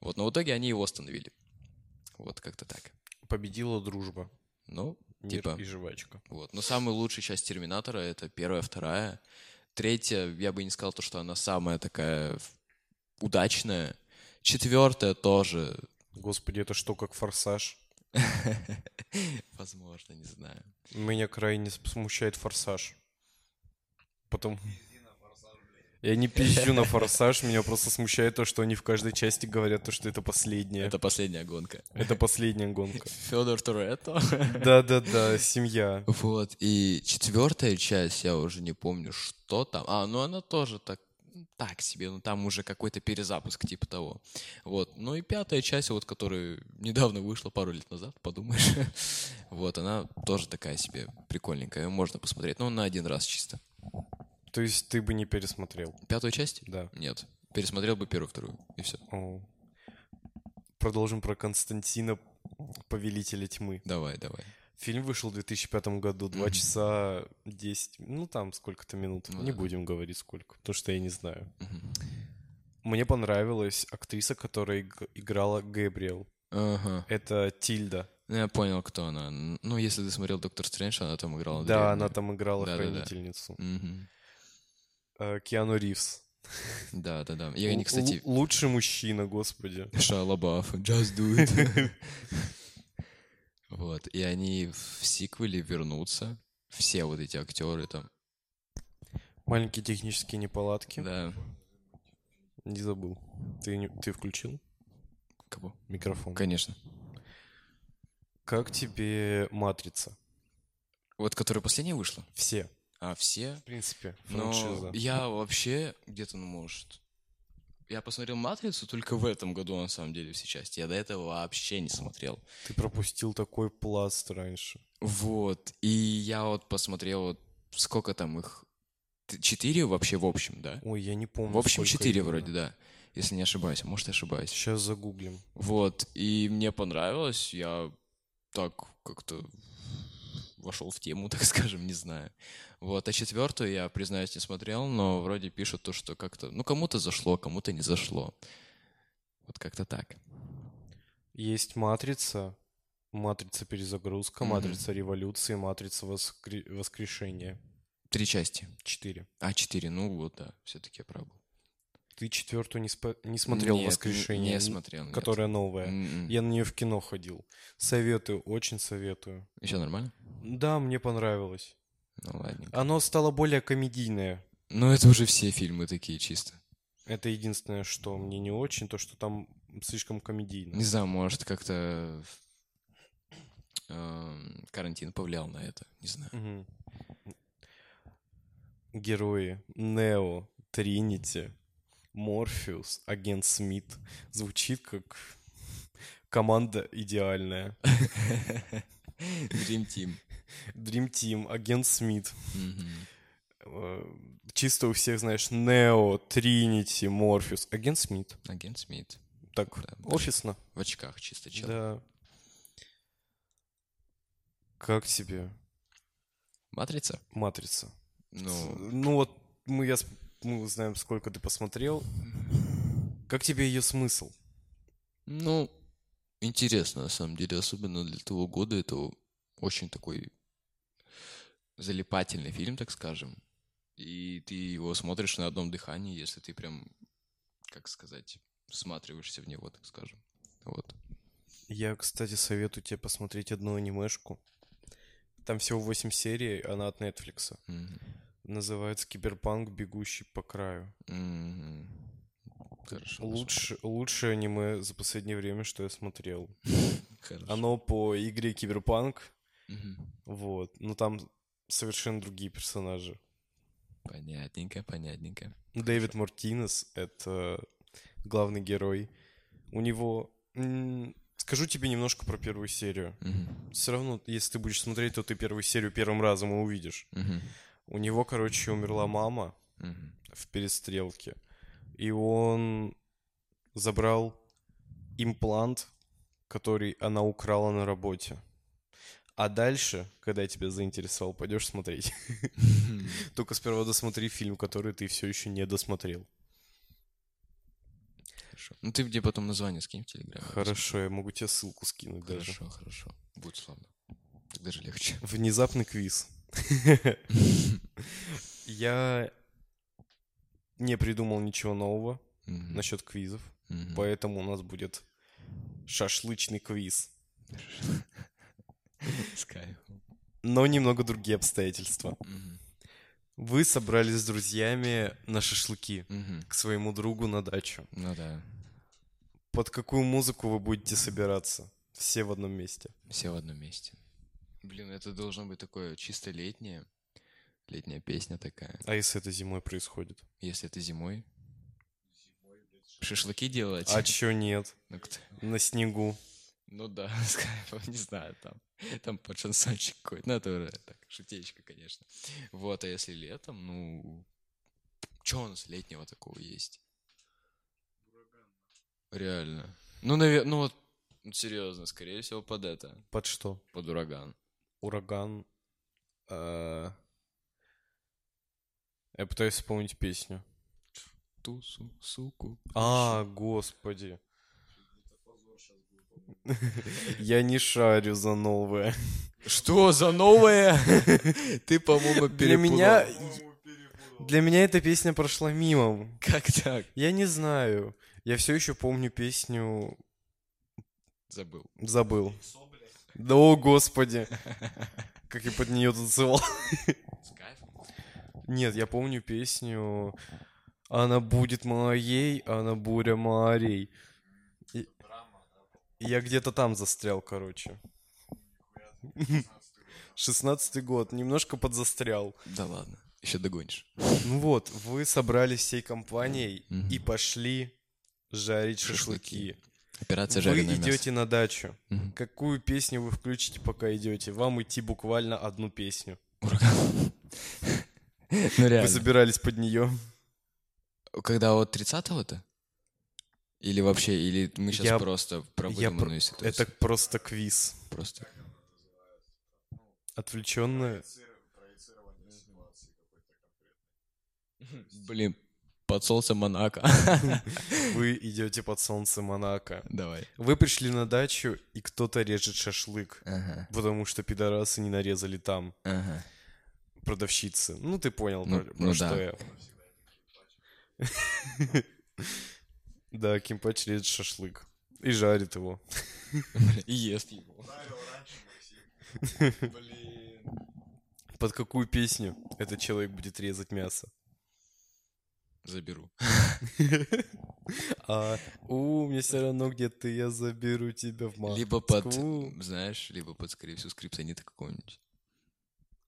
Speaker 3: Вот, но в итоге они его остановили. Вот как-то так.
Speaker 1: Победила дружба.
Speaker 3: Ну,
Speaker 1: Мир
Speaker 3: Типа.
Speaker 1: и жвачка.
Speaker 3: вот. Но самая лучшая часть Терминатора это первая, вторая. Третья, я бы не сказал, то, что она самая такая в- удачная. Четвертая тоже,
Speaker 1: Господи, это что, как форсаж?
Speaker 3: возможно, не знаю.
Speaker 1: Меня крайне с- смущает форсаж. Потом... Я не пизжу на форсаж, меня просто смущает то, что они в каждой части говорят то, что это последняя.
Speaker 3: Это последняя гонка.
Speaker 1: Это последняя гонка.
Speaker 3: Федор Торетто.
Speaker 1: Да-да-да, семья.
Speaker 3: Вот, и четвертая часть, я уже не помню, что там. А, ну она тоже так, ну, так себе, ну там уже какой-то перезапуск типа того. Вот, ну и пятая часть, вот, которая недавно вышла, пару лет назад, подумаешь. Вот, она тоже такая себе прикольненькая, её можно посмотреть, но на один раз чисто.
Speaker 1: То есть ты бы не пересмотрел?
Speaker 3: Пятую часть?
Speaker 1: Да.
Speaker 3: Нет. Пересмотрел бы первую, вторую, и все.
Speaker 1: О. Продолжим про Константина, Повелителя Тьмы.
Speaker 3: Давай, давай.
Speaker 1: Фильм вышел в 2005 году, 2
Speaker 3: Мгм.
Speaker 1: часа 10, ну там сколько-то минут.
Speaker 3: Ну
Speaker 1: не
Speaker 3: да.
Speaker 1: будем говорить сколько, потому что я не знаю.
Speaker 3: Мгм.
Speaker 1: Мне понравилась актриса, которая иг- играла Гэбриэл.
Speaker 3: Ага.
Speaker 1: Это Тильда.
Speaker 3: Ну, я понял, кто она. Ну, если ты смотрел «Доктор Стрэндж», она там играла.
Speaker 1: Да,
Speaker 3: древнюю.
Speaker 1: она там играла
Speaker 3: Да-да-да.
Speaker 1: хранительницу.
Speaker 3: Мгм.
Speaker 1: Э, Киану Ривз.
Speaker 3: Да, да, да. Я,
Speaker 1: Л-
Speaker 3: не, кстати,
Speaker 1: л- лучший мужчина, господи.
Speaker 3: Шалабаф, just do it. Вот, и они в сиквеле вернутся, все вот эти актеры там,
Speaker 1: Маленькие технические неполадки.
Speaker 3: да,
Speaker 1: Не забыл. Ты, не- ты включил
Speaker 3: кого?
Speaker 1: микрофон?
Speaker 3: Конечно.
Speaker 1: Как тебе «Матрица»?
Speaker 3: Вот, которая последняя вышла,
Speaker 1: Все,
Speaker 3: а все,
Speaker 1: в принципе, франшиза.
Speaker 3: но я вообще где-то, ну, может, я посмотрел «Матрицу» только в этом году, на самом деле, все части. Я до этого вообще не смотрел.
Speaker 1: Ты пропустил такой пласт раньше.
Speaker 3: Вот, и я вот посмотрел, вот сколько там их, Т- четыре вообще в общем, да?
Speaker 1: Ой, я не помню.
Speaker 3: В общем,
Speaker 1: сколько
Speaker 3: четыре
Speaker 1: именно.
Speaker 3: вроде, да. Если не ошибаюсь, а может, и ошибаюсь.
Speaker 1: Сейчас загуглим.
Speaker 3: Вот, и мне понравилось, я так как-то вошел в тему, так скажем, не знаю. Вот, а четвертую я, признаюсь, не смотрел, но вроде пишут то, что как-то, ну, кому-то зашло, кому-то не зашло. Вот как-то так.
Speaker 1: Есть матрица, матрица перезагрузка,
Speaker 3: Мгм.
Speaker 1: матрица революции, матрица воскре- воскрешения.
Speaker 3: Три части.
Speaker 1: Четыре.
Speaker 3: А, четыре, ну вот, да, все-таки я прав был.
Speaker 1: Ты четвертую не, спо- не смотрел
Speaker 3: Нет, н-
Speaker 1: воскрешение,
Speaker 3: Не
Speaker 1: н-
Speaker 3: смотрел, нет.
Speaker 1: которая новая.
Speaker 3: М-м.
Speaker 1: Я на нее в кино ходил. Советую, очень советую.
Speaker 3: Еще нормально?
Speaker 1: Да, мне понравилось.
Speaker 3: Ну, ладненько.
Speaker 1: Оно стало более комедийное.
Speaker 3: Ну, это уже все фильмы такие чисто.
Speaker 1: Это единственное, что мне не очень, то, что там слишком комедийно.
Speaker 3: Не знаю, может, как-то эм, карантин повлиял на это, не знаю.
Speaker 1: Мгм. Герои Нео, Тринити, Морфеус, агент Смит. Звучит как команда идеальная.
Speaker 3: Dream Team.
Speaker 1: Dream Team, агент Смит.
Speaker 3: Мгм.
Speaker 1: Э, Чисто у всех, знаешь, Нео, Тринити, Морфеус, агент Смит.
Speaker 3: Агент Смит.
Speaker 1: Так,
Speaker 3: Да, да.
Speaker 1: офисно.
Speaker 3: В очках чисто чел.
Speaker 1: Да. Как тебе
Speaker 3: Матрица?
Speaker 1: Матрица?
Speaker 3: Ну,
Speaker 1: Ну вот мы, я, сп- мы знаем, сколько ты посмотрел. Как тебе ее смысл?
Speaker 3: ну, интересно, на самом деле. Особенно для того года это очень такой залипательный фильм, так скажем. И ты его смотришь на одном дыхании, если ты прям, как сказать, всматриваешься в него, так скажем. Вот.
Speaker 1: Я, кстати, советую тебе посмотреть одну анимешку. Там всего 8 серий, она от Netflix.
Speaker 3: Мгм.
Speaker 1: Называется Киберпанк Бегущий по краю.
Speaker 3: Мгм. Хорошо.
Speaker 1: Лучше, лучшее аниме за последнее время, что я смотрел.
Speaker 3: Хорошо.
Speaker 1: Оно по игре Киберпанк.
Speaker 3: Мгм.
Speaker 1: Вот. Но там совершенно другие персонажи.
Speaker 3: Понятненько, понятненько.
Speaker 1: Дэвид Мартинес — это главный герой. У него... м, Скажу тебе немножко про первую серию.
Speaker 3: Мгм.
Speaker 1: Все равно, если ты будешь смотреть, то ты первую серию первым разом и увидишь.
Speaker 3: Мгм.
Speaker 1: У него, короче, умерла мама
Speaker 3: Мгм.
Speaker 1: в перестрелке. И он забрал имплант, который она украла на работе. А дальше, когда я тебя заинтересовал, пойдешь смотреть. Только сперва досмотри фильм, который ты все еще не досмотрел.
Speaker 3: Хорошо. Ну ты мне потом название скинь в Телеграме.
Speaker 1: Хорошо, я могу тебе ссылку скинуть даже.
Speaker 3: Типа. Хорошо, хорошо. Будет славно. Так даже легче.
Speaker 1: Внезапный квиз. Я не придумал ничего нового
Speaker 3: Мгм.
Speaker 1: насчет квизов,
Speaker 3: Мгм.
Speaker 1: поэтому у нас будет шашлычный квиз.
Speaker 3: С кайфом.
Speaker 1: Но немного другие обстоятельства.
Speaker 3: Мгм.
Speaker 1: Вы собрались с друзьями на шашлыки
Speaker 3: Мгм.
Speaker 1: к своему другу на дачу.
Speaker 3: Ну да,
Speaker 1: Под какую музыку вы будете собираться? Все в одном месте.
Speaker 3: все в одном месте. Блин, это должно быть такое чисто летнее. Летняя песня такая.
Speaker 1: А если это зимой происходит?
Speaker 3: Если это зимой. Шашлыки делать?
Speaker 1: А чё нет?
Speaker 3: Ну, кто-
Speaker 1: На снегу.
Speaker 3: Ну да, с кайфом, не знаю, там, там под шансончик какой-то, ну это уже так, шутечка, конечно. Вот, а если летом, ну, что у нас летнего такого есть? Реально. Ну, наверное, ну вот, ну, серьезно, скорее всего, под это,
Speaker 1: Под что?
Speaker 3: под ураган.
Speaker 1: Ураган. э, Я пытаюсь вспомнить песню.
Speaker 3: Тусу, суку.
Speaker 1: А, господи. Я не шарю за новое.
Speaker 3: Что за новое? Ты, по-моему,
Speaker 1: Для
Speaker 3: перепутал.
Speaker 1: меня... Для меня эта песня прошла мимо.
Speaker 3: Как так?
Speaker 1: Я не знаю. Я все еще помню песню
Speaker 3: Забыл.
Speaker 1: Забыл. Да о господи. Как я под нее танцевал. Нет, я помню песню «Она будет моей, она буря морей». И- Я где-то там застрял, короче. 16 год, немножко подзастрял.
Speaker 3: Да ладно, еще догонишь.
Speaker 1: Ну вот, вы собрались всей компанией
Speaker 3: Мгм.
Speaker 1: и пошли жарить
Speaker 3: Шашлыки.
Speaker 1: шашлыки.
Speaker 3: Операция
Speaker 1: Вы
Speaker 3: жареное
Speaker 1: идете на дачу.
Speaker 3: мясо. Мгм.
Speaker 1: Какую песню вы включите, пока идете? Вам идти буквально одну песню.
Speaker 3: Ураган. Ну
Speaker 1: Вы
Speaker 3: реально.
Speaker 1: собирались под нее.
Speaker 3: Когда от 30-го-то? Или вообще, или мы сейчас
Speaker 1: Я-
Speaker 3: просто про
Speaker 1: я про-
Speaker 3: выдуманную
Speaker 1: Это
Speaker 3: ситуацию?
Speaker 1: просто квиз.
Speaker 3: просто.
Speaker 1: Отвлеченная.
Speaker 3: Блин, под солнцем Монако.
Speaker 1: Вы идете под солнце Монако.
Speaker 3: Давай.
Speaker 1: Вы пришли на дачу, и кто-то режет шашлык.
Speaker 3: Ага,
Speaker 1: Потому что пидорасы не нарезали там
Speaker 3: ага.
Speaker 1: продавщицы. Ну, ты понял,
Speaker 3: Ну,
Speaker 1: про,
Speaker 3: ну
Speaker 1: про
Speaker 3: да.
Speaker 1: что я. Да, Кимпач режет шашлык. И жарит его.
Speaker 3: И ест его.
Speaker 1: Под какую песню этот человек будет резать мясо?
Speaker 3: Заберу.
Speaker 1: А у мне все равно где ты, я заберу тебя в Москву.
Speaker 3: Либо под, знаешь, либо под, скорее всего, скриптонита какого-нибудь.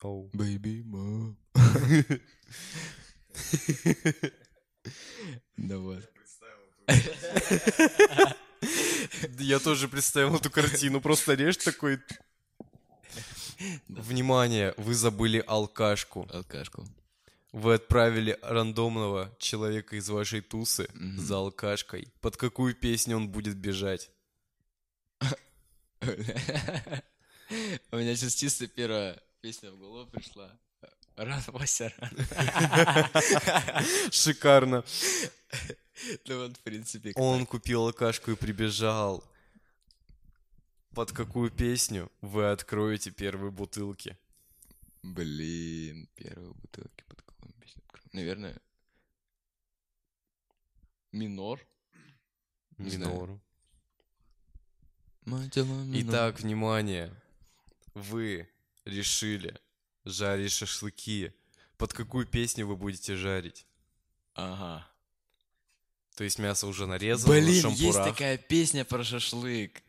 Speaker 1: Оу.
Speaker 3: Baby mom. Давай.
Speaker 1: Да Я тоже представил эту картину. Просто режь такой... Внимание, вы забыли алкашку.
Speaker 3: Алкашку.
Speaker 1: Вы отправили рандомного человека из вашей тусы
Speaker 3: Мгм.
Speaker 1: за алкашкой. Под какую песню он будет бежать?
Speaker 3: У меня сейчас чисто первая песня в голову пришла. Ран, Вася, ран.
Speaker 1: Шикарно.
Speaker 3: Ну вот, в принципе, как-
Speaker 1: Он купил алкашку и прибежал. Под какую песню вы откроете первые бутылки?
Speaker 3: Блин, первые бутылки под какую песню открою? Наверное, минор. Не знаю.
Speaker 1: Минору.
Speaker 3: Мать дела минор.
Speaker 1: Итак, внимание. Вы решили жарить шашлыки. Под какую песню вы будете жарить?
Speaker 3: Ага.
Speaker 1: То есть мясо уже нарезано на
Speaker 3: Блин, есть
Speaker 1: шампурах.
Speaker 3: такая песня про шашлык.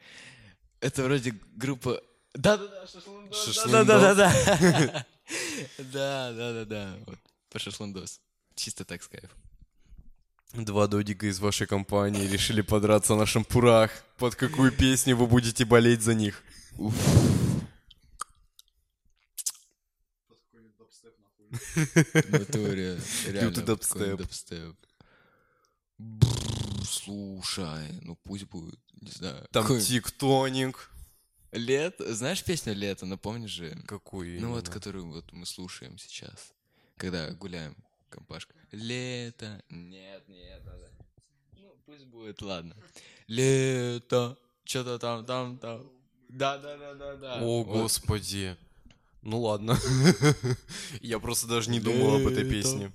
Speaker 3: Это вроде группа... Да-да-да, шашлындос.
Speaker 1: Шашлындос.
Speaker 3: Да-да-да-да. Да-да-да-да. Вот, По шашлындос. Чисто так с кайфом.
Speaker 1: Два додика из вашей компании решили подраться на шампурах. Под какую песню вы будете болеть за них?
Speaker 3: В натуре. реально,
Speaker 1: Лютый
Speaker 3: вот такой
Speaker 1: дабстеп.
Speaker 3: дабстеп. Бррр, Слушай, ну пусть будет, не знаю.
Speaker 1: Там
Speaker 3: какой-
Speaker 1: тиктоник.
Speaker 3: Лет, знаешь песню «Лето», ну помнишь же?
Speaker 1: Какую
Speaker 3: Ну вот,
Speaker 1: именно?
Speaker 3: которую вот мы слушаем сейчас, когда гуляем, компашка. Лето, нет, нет, да, да. Ну, пусть будет, ладно. Лето, что-то там, там, там. Да, да, да, да, да.
Speaker 1: О,
Speaker 3: Вот.
Speaker 1: господи. Ну ладно. Я просто даже не думал об этой
Speaker 3: Лето.
Speaker 1: песне.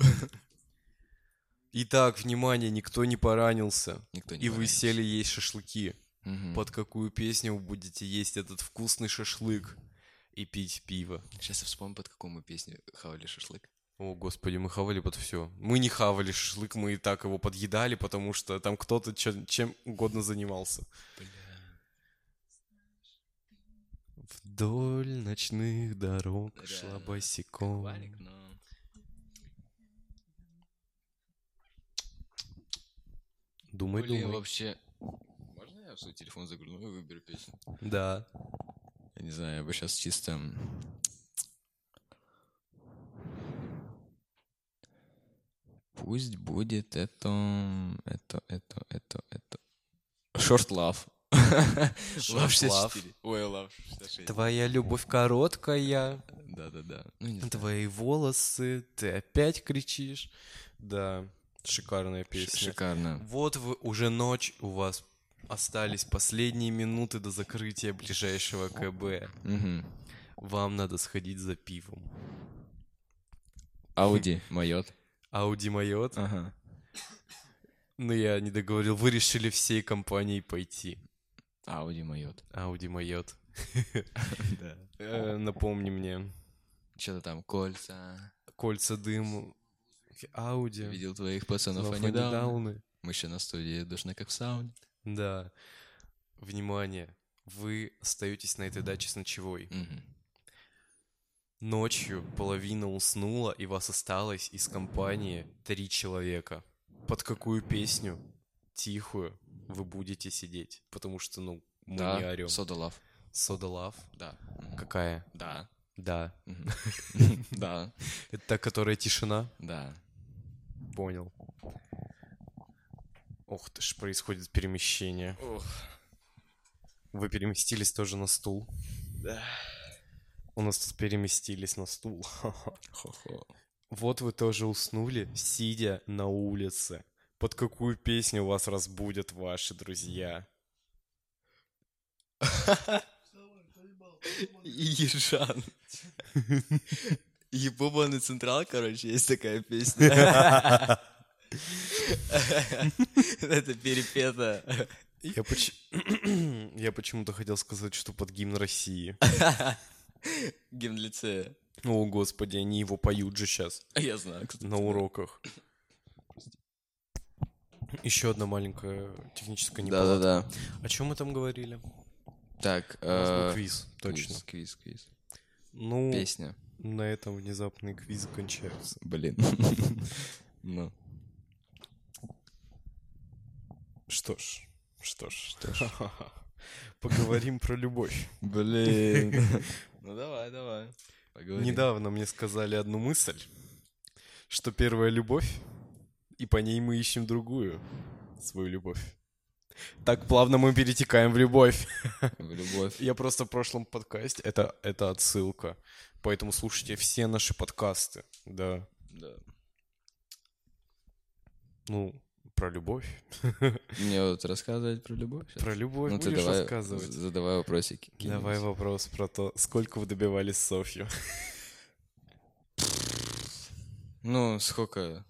Speaker 1: Итак, внимание, никто не поранился.
Speaker 3: Никто не
Speaker 1: И вы
Speaker 3: поранился.
Speaker 1: сели есть шашлыки.
Speaker 3: Мгм.
Speaker 1: Под какую песню вы будете есть этот вкусный шашлык и пить пиво?
Speaker 3: Сейчас я вспомню, под какую мы песню хавали шашлык.
Speaker 1: О, господи, мы хавали под все. Мы не хавали шашлык, мы и так его подъедали, потому что там кто-то чем, чем угодно занимался. Вдоль ночных дорог шла
Speaker 3: Реально.
Speaker 1: босиком.
Speaker 3: Валик, но...
Speaker 1: Думай,
Speaker 3: Блин,
Speaker 1: думай.
Speaker 3: вообще... Можно я в свой телефон загруну и выберу песню?
Speaker 1: Да.
Speaker 3: Я не знаю, я бы сейчас чисто... м, Пусть будет это... м, Это, это, это, это... Short Love. Love
Speaker 1: Short
Speaker 3: 64. Ой, Love 66.
Speaker 1: Твоя любовь короткая,
Speaker 3: Да-да-да. Ну, не знаю.
Speaker 1: твои волосы, ты опять кричишь. Да, шикарная
Speaker 3: Ш-
Speaker 1: песня.
Speaker 3: Шикарно.
Speaker 1: Вот вы уже ночь у вас Остались последние минуты до закрытия ближайшего КБ.
Speaker 3: Мгм.
Speaker 1: Вам надо сходить за пивом.
Speaker 3: Ауди, майот.
Speaker 1: Ауди Майот?
Speaker 3: Ага.
Speaker 1: Ну, я не договорил. Вы решили всей компанией пойти.
Speaker 3: Ауди, майот.
Speaker 1: Ауди Майот.
Speaker 2: Да.
Speaker 1: Э, Напомни мне.
Speaker 3: Что-то там, кольца.
Speaker 1: Кольца дым. Ауди.
Speaker 3: Видел твоих Э, пацанов,
Speaker 1: Снова
Speaker 3: они
Speaker 1: они
Speaker 3: даун.
Speaker 1: дауны.
Speaker 3: Мы еще на студии душно, как в сауне.
Speaker 1: Да. Внимание. Вы остаетесь на этой даче с ночевой.
Speaker 3: Мгм.
Speaker 1: Ночью половина уснула, и вас осталось из компании три человека. Под какую песню тихую вы будете сидеть? Потому что, ну, мы
Speaker 3: Да,
Speaker 1: не орем.
Speaker 3: Soda Love.
Speaker 1: Сода Лав?
Speaker 3: Да. Мгм.
Speaker 1: Какая?
Speaker 3: Да.
Speaker 1: Да.
Speaker 3: Мгм. Да.
Speaker 1: Это та, которая тишина?
Speaker 3: Да.
Speaker 1: Понял. Ох ты ж, происходит перемещение. Вы переместились тоже на стул?
Speaker 2: Да.
Speaker 1: У нас тут переместились на стул. Ха-ха.
Speaker 3: Хо-хо.
Speaker 1: Вот вы тоже уснули, сидя на улице. Под какую песню вас разбудят ваши друзья?
Speaker 3: Ежан. Ебобаный Централ, короче, есть такая песня. Это перепета.
Speaker 1: Я, поч- Я почему-то хотел сказать, что под гимн России.
Speaker 3: Гимн лицея.
Speaker 1: О, господи, они его поют же сейчас
Speaker 3: Я знаю, кто
Speaker 1: на уроках. Еще одна маленькая техническая неполадка.
Speaker 3: Да-да-да.
Speaker 1: О чем мы там говорили?
Speaker 3: Так.
Speaker 1: У нас был
Speaker 3: э,
Speaker 1: квиз, точно.
Speaker 3: Квиз, квиз, квиз.
Speaker 1: Ну,
Speaker 3: Песня.
Speaker 1: на этом внезапные квизы кончаются.
Speaker 3: Блин. Ну.
Speaker 1: Что ж, что ж, что ж. Поговорим про любовь.
Speaker 3: Блин. Ну давай, давай. Поговорим.
Speaker 1: Недавно мне сказали одну мысль, что первая любовь, и по ней мы ищем другую, свою любовь. Так плавно мы перетекаем в любовь.
Speaker 3: В любовь.
Speaker 1: Я просто в прошлом подкасте, это, это отсылка, поэтому слушайте все наши подкасты, да,
Speaker 3: Да.
Speaker 1: ну, про любовь.
Speaker 3: Мне вот рассказывать про любовь? щас?
Speaker 1: Про любовь
Speaker 3: Ну ты
Speaker 1: будешь
Speaker 3: давай,
Speaker 1: рассказывать?
Speaker 3: з- задавай вопросики. какие-нибудь.
Speaker 1: Давай вопрос про то, сколько вы добивались Софью.
Speaker 3: Ну, сколько?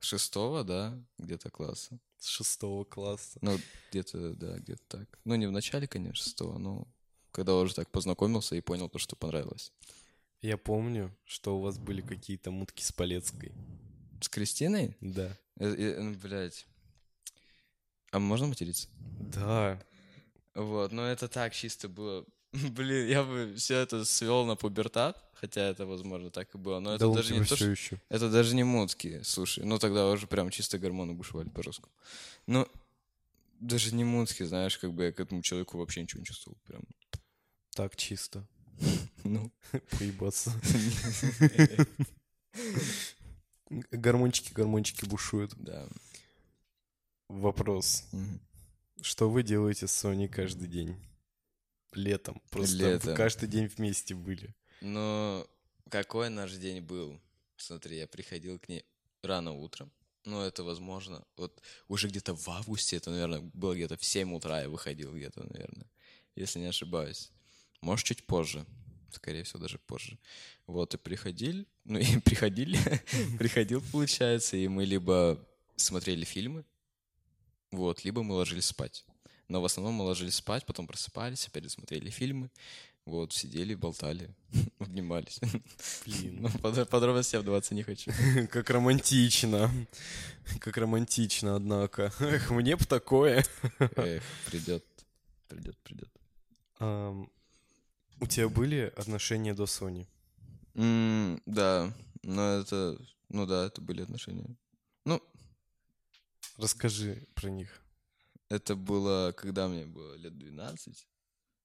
Speaker 3: Шестого, да? Где-то класса.
Speaker 1: С шестого класса.
Speaker 3: Ну, где-то, да, где-то так. Ну, не в начале, конечно, шестого, но когда уже так познакомился и понял то, что понравилось.
Speaker 1: Я помню, что у вас были какие-то мутки с Полецкой.
Speaker 3: С Кристиной?
Speaker 1: Да.
Speaker 3: Э, э, ну, блядь. А можно материться?
Speaker 1: Да.
Speaker 3: Вот, но это так чисто было. Блин, я бы все это свел на пубертат, хотя это, возможно, так и было. Но это даже не то, что...
Speaker 1: еще.
Speaker 3: Это даже не мутки, слушай. Ну, тогда уже прям чисто гормоны бушевали по-русскому. Ну, даже не мутки, знаешь, как бы я к этому человеку вообще ничего не чувствовал. Прям,
Speaker 1: Так чисто.
Speaker 3: ну,
Speaker 1: Поебаться. Гормончики, гормончики бушуют.
Speaker 3: да.
Speaker 1: Вопрос.
Speaker 3: Мгм.
Speaker 1: Что вы делаете с Соней каждый день? Летом. Просто вы
Speaker 3: Летом.
Speaker 1: каждый день вместе были.
Speaker 3: Но какой наш день был? Смотри, я приходил к ней рано утром. Ну, это возможно. Вот уже где-то в августе, это, наверное, было где-то в 7 утра я выходил где-то, наверное. Если не ошибаюсь. Может, чуть позже. Скорее всего, даже позже. Вот, и приходили, ну, и приходили, приходил, получается, и мы либо смотрели фильмы, вот, либо мы ложились спать. Но в основном мы ложились спать, потом просыпались, опять смотрели фильмы, вот, сидели, болтали, обнимались. Ну,
Speaker 1: Блин.
Speaker 3: подро- подробности я вдаваться не хочу.
Speaker 1: Как романтично. Как романтично, однако. Эх, мне бы такое.
Speaker 3: Эх, придет, придет, придет.
Speaker 1: Ам, У тебя были отношения до Сони?
Speaker 3: М, Да, но это, ну да, это были отношения. Ну,
Speaker 1: Расскажи про них.
Speaker 3: это было, когда мне было лет 12,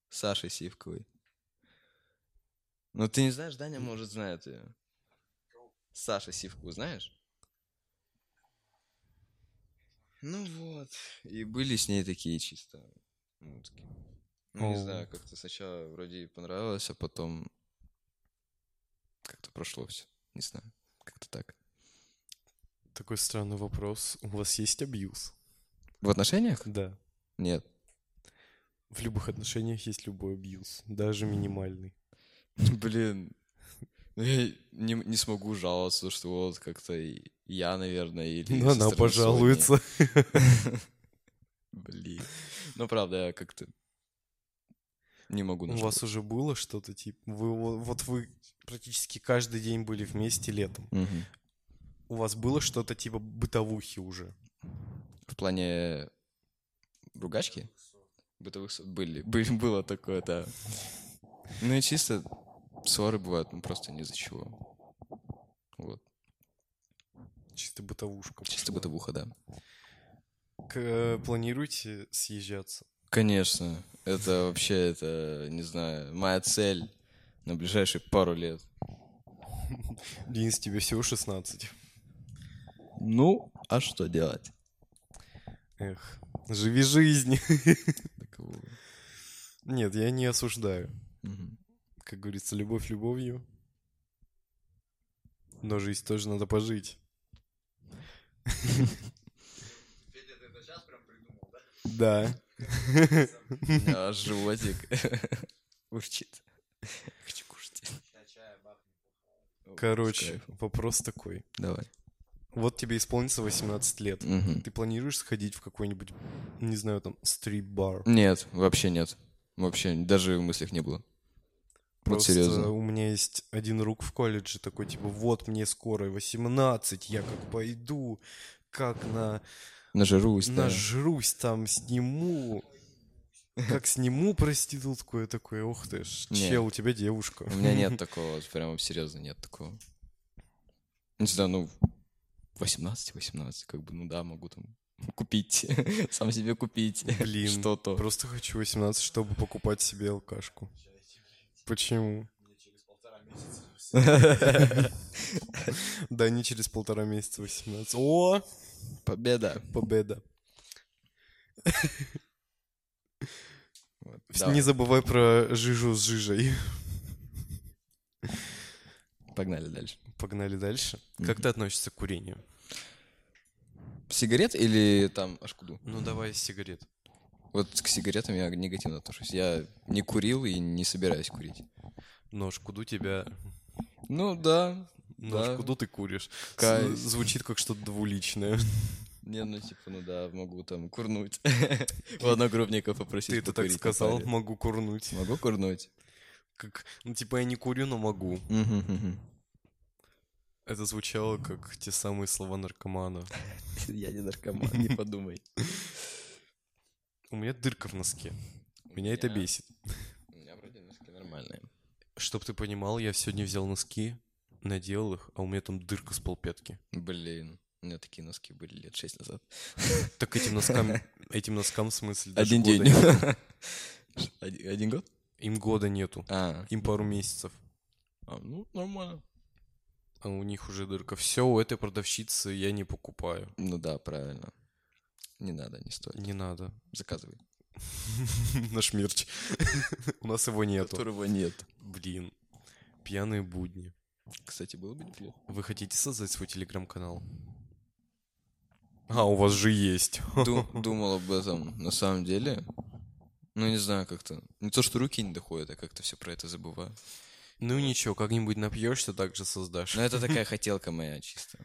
Speaker 3: с Сашей Сивковой. Ну, ты не знаешь, Даня, может, знает ее. Саша Сивкову знаешь? Ну вот, и были с ней такие чисто мутки. Ну, не
Speaker 1: Оу.
Speaker 3: знаю, как-то сначала вроде и понравилось, а потом как-то прошло все. Не знаю, как-то так.
Speaker 1: Такой странный вопрос. У вас есть абьюз?
Speaker 3: В отношениях?
Speaker 1: Да.
Speaker 3: Нет.
Speaker 1: В любых отношениях есть любой абьюз, даже минимальный.
Speaker 3: Блин. Ну, я не, не смогу жаловаться, что вот как-то и я, наверное, или...
Speaker 1: Ну, она
Speaker 3: сестра
Speaker 1: пожалуется.
Speaker 3: Сони. Блин. Ну, правда, я как-то не могу
Speaker 1: У
Speaker 3: на
Speaker 1: вас уже было что-то типа... Вы, во- вот вы практически каждый день были вместе летом.
Speaker 3: что-то.
Speaker 1: У вас было что-то типа бытовухи уже?
Speaker 3: В плане ругачки? Бытовых ссор были. были. Было такое, да. Ну и чисто ссоры бывают, ну просто ни за чего. Вот.
Speaker 1: Чисто бытовушка.
Speaker 3: Чисто
Speaker 1: пошла.
Speaker 3: бытовуха, да.
Speaker 1: К, э, планируете съезжаться?
Speaker 3: Конечно. Это вообще, это, не знаю, моя цель на ближайшие пару лет.
Speaker 1: Денис, тебе всего 16.
Speaker 3: Ну, а что делать?
Speaker 1: Эх, живи жизнь. Нет, я не осуждаю. Как говорится, любовь любовью. Но жизнь тоже надо пожить. Да.
Speaker 3: А животик урчит. Хочу кушать.
Speaker 1: Короче, вопрос такой.
Speaker 3: Давай.
Speaker 1: Вот тебе исполнится 18 лет.
Speaker 3: Мгм.
Speaker 1: Ты планируешь сходить в какой-нибудь, не знаю, там, стрип-бар?
Speaker 3: Нет, вообще нет. Вообще, даже в мыслях не было. Вот
Speaker 1: Просто
Speaker 3: серьезно.
Speaker 1: у меня есть один рук в колледже такой, типа, вот мне скоро 18, я как пойду, как на
Speaker 3: Нажирусь, да.
Speaker 1: нажрусь там, сниму. Как сниму проститутку, я такой, ох ты ж,
Speaker 3: Не.
Speaker 1: чел, у тебя девушка.
Speaker 3: У меня нет такого, вот прям серьезно нет такого. Не знаю, ну, 18-18, как бы, ну да, могу там купить, сам себе купить
Speaker 1: Блин,
Speaker 3: что-то.
Speaker 1: Просто хочу 18, чтобы покупать себе алкашку. Почему? Да не через полтора месяца 18. О,
Speaker 3: Победа.
Speaker 1: победа.
Speaker 3: Вот,
Speaker 1: Не
Speaker 3: давай,
Speaker 1: забывай про жижу с жижей.
Speaker 3: Погнали дальше.
Speaker 1: Погнали дальше. Как ты относишься к курению?
Speaker 3: Сигарет или там ашкуду?
Speaker 1: Ну давай сигарет.
Speaker 3: Вот к сигаретам я негативно отношусь. Я не курил и не собираюсь курить.
Speaker 1: Нож, куду тебя?
Speaker 3: Ну да,
Speaker 1: Нож,
Speaker 3: Да.
Speaker 1: куду ты куришь? С-
Speaker 3: Кайф.
Speaker 1: Звучит как что-то двуличное.
Speaker 3: не, ну типа, ну да, могу там курнуть. У одногруппников попросить
Speaker 1: Ты это так
Speaker 3: покурить на
Speaker 1: сказал,
Speaker 3: паре.
Speaker 1: могу курнуть.
Speaker 3: Могу курнуть?
Speaker 1: Как, ну типа я не курю, но могу.
Speaker 3: Мгм, мгм.
Speaker 1: Это звучало как те самые слова наркомана.
Speaker 3: Я не наркоман, не подумай.
Speaker 1: У меня дырка в носке. Меня это бесит.
Speaker 3: У меня вроде носки нормальные.
Speaker 1: Чтоб ты понимал, я сегодня взял носки, надел их, а у меня там дырка с полпятки.
Speaker 3: Блин, у меня такие носки были лет шесть назад.
Speaker 1: Так этим носкам, этим носкам в смысле даже
Speaker 3: Один
Speaker 1: года
Speaker 3: день.
Speaker 1: нет.
Speaker 3: Один один год?
Speaker 1: Им года нету,
Speaker 3: А,
Speaker 1: им пару месяцев.
Speaker 3: а, ну нормально.
Speaker 1: А у них уже дырка. Все, у этой продавщицы я не покупаю.
Speaker 3: Ну да, правильно. Не надо, не стоит.
Speaker 1: Не надо.
Speaker 3: Заказывай.
Speaker 1: Наш мерч. У нас его нету.
Speaker 3: Которого нет.
Speaker 1: Блин. Пьяные будни.
Speaker 3: Кстати, было бы неплохо.
Speaker 1: Вы хотите создать свой телеграм-канал? А, у вас же есть.
Speaker 3: Ду- Думал об этом на самом деле. Ну, не знаю, как-то. Не то, что руки не доходят, а как-то все про это забываю.
Speaker 1: Ну ничего, как-нибудь напьешься, так же создашь.
Speaker 3: Но это такая хотелка моя чисто.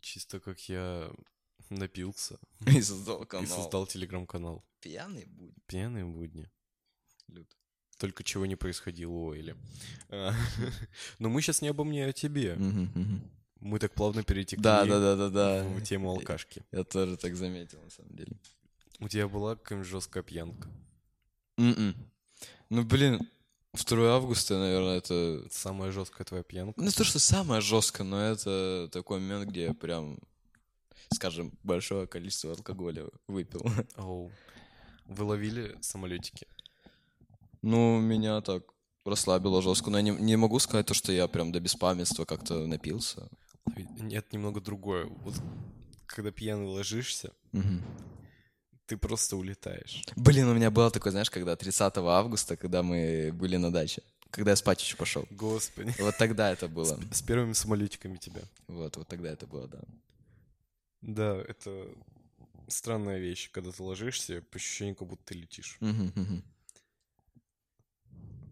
Speaker 1: Чисто как я напился
Speaker 3: И создал канал.
Speaker 1: и создал телеграм-канал.
Speaker 3: Пьяный будет.
Speaker 1: Пьяные будни.
Speaker 3: Люд.
Speaker 1: Только чего не происходило у Эли. А, Но мы сейчас не обо мне, а о тебе. Мы так плавно перетекли
Speaker 3: Да, да, да, да, да.
Speaker 1: в тему алкашки.
Speaker 3: Я тоже так заметил, на самом деле.
Speaker 1: У тебя была какая-нибудь жесткая пьянка?
Speaker 3: Мгм. Ну, блин, 2 августа, наверное, это...
Speaker 1: Самая жесткая твоя пьянка?
Speaker 3: Ну, не то, что самое жесткое, но это такой момент, где я прям, скажем, большое количество алкоголя выпил.
Speaker 1: Оу. Вы ловили самолетики?
Speaker 3: Ну, меня так расслабило жестко. Но я не, не могу сказать то, что я прям до беспамятства как-то напился.
Speaker 1: Нет, немного другое. Вот когда пьяный ложишься,
Speaker 3: Мгм.
Speaker 1: ты просто улетаешь.
Speaker 3: Блин, у меня было такое, знаешь, когда 30 августа, когда мы были на даче. Когда я спать еще пошел.
Speaker 1: Господи.
Speaker 3: Вот тогда это было.
Speaker 1: С первыми самолетиками тебя.
Speaker 3: Вот, вот тогда это было, да.
Speaker 1: Да, это странная вещь, когда ты ложишься, по ощущению, как будто ты летишь.
Speaker 3: Мгм, мгм.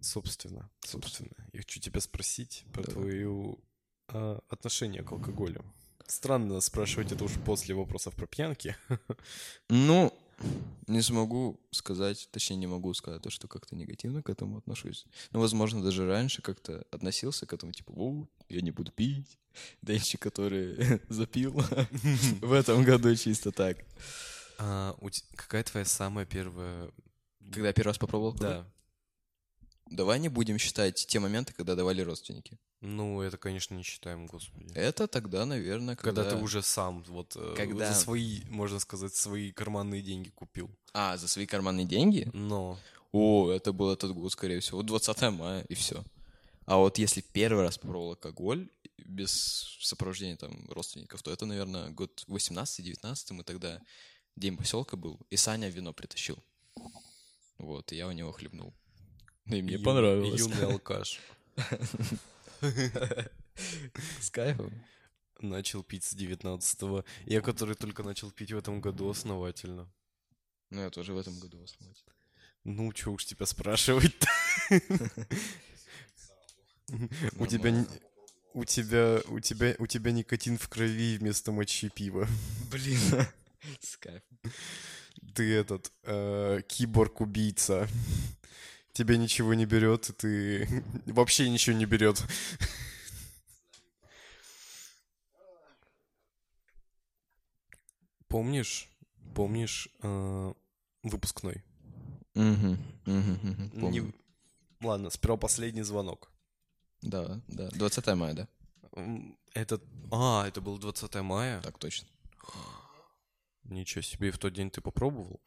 Speaker 1: Собственно, собственно. Я хочу тебя спросить про
Speaker 3: Давай.
Speaker 1: твое а, отношение к алкоголю. Странно спрашивать это уже после вопросов про пьянки.
Speaker 3: Ну, не смогу сказать, точнее, не могу сказать то, что как-то негативно к этому отношусь. Ну, возможно, даже раньше как-то относился к этому, типа, «Воу, я не буду пить». Денчик, который запил в этом году чисто так.
Speaker 1: А, Какая твоя самая первая...
Speaker 3: Когда я первый раз попробовал? алкоголь?
Speaker 1: Да.
Speaker 3: Давай не будем считать те моменты, когда давали родственники.
Speaker 1: Ну, это, конечно, не считаем, господи.
Speaker 3: Это тогда, наверное, когда...
Speaker 1: Когда ты уже сам вот э,
Speaker 3: Когда-
Speaker 1: за свои, можно сказать, свои карманные деньги купил.
Speaker 3: А, за свои карманные деньги?
Speaker 1: Но
Speaker 3: О, это был этот год, скорее всего. 20 мая, и все. А вот если первый раз попробовал алкоголь без сопровождения там родственников, то это, наверное, год 18-19, мы тогда день поселка был, и Саня вино притащил. Вот, и я у него хлебнул. Ну, И мне
Speaker 1: ю-
Speaker 3: понравилось.
Speaker 1: Юный алкаш
Speaker 3: С кайфом.
Speaker 1: начал пить с 19-го. Я, который только начал пить в этом году основательно.
Speaker 3: Ну, я тоже в этом году в основном.
Speaker 1: Ну, чё уж тебя спрашивать-то? У тебя не-
Speaker 3: Нормально.
Speaker 1: у тебя, у тебя, у тебя никотин в крови вместо мочи пива.
Speaker 3: Блин. С кайфом.
Speaker 1: Ты этот э, киборг-убийца. Тебя ничего не берет, ты вообще ничего не берет. Помнишь, помнишь э, выпускной?
Speaker 3: Мгм, мгм, мгм,
Speaker 1: Не-
Speaker 3: помню.
Speaker 1: Ладно, сперва последний звонок.
Speaker 3: Да, да. 20 мая, да?
Speaker 1: М, Это... А, это было 20 мая?
Speaker 3: Так точно.
Speaker 1: Ничего себе, и в тот день ты попробовал?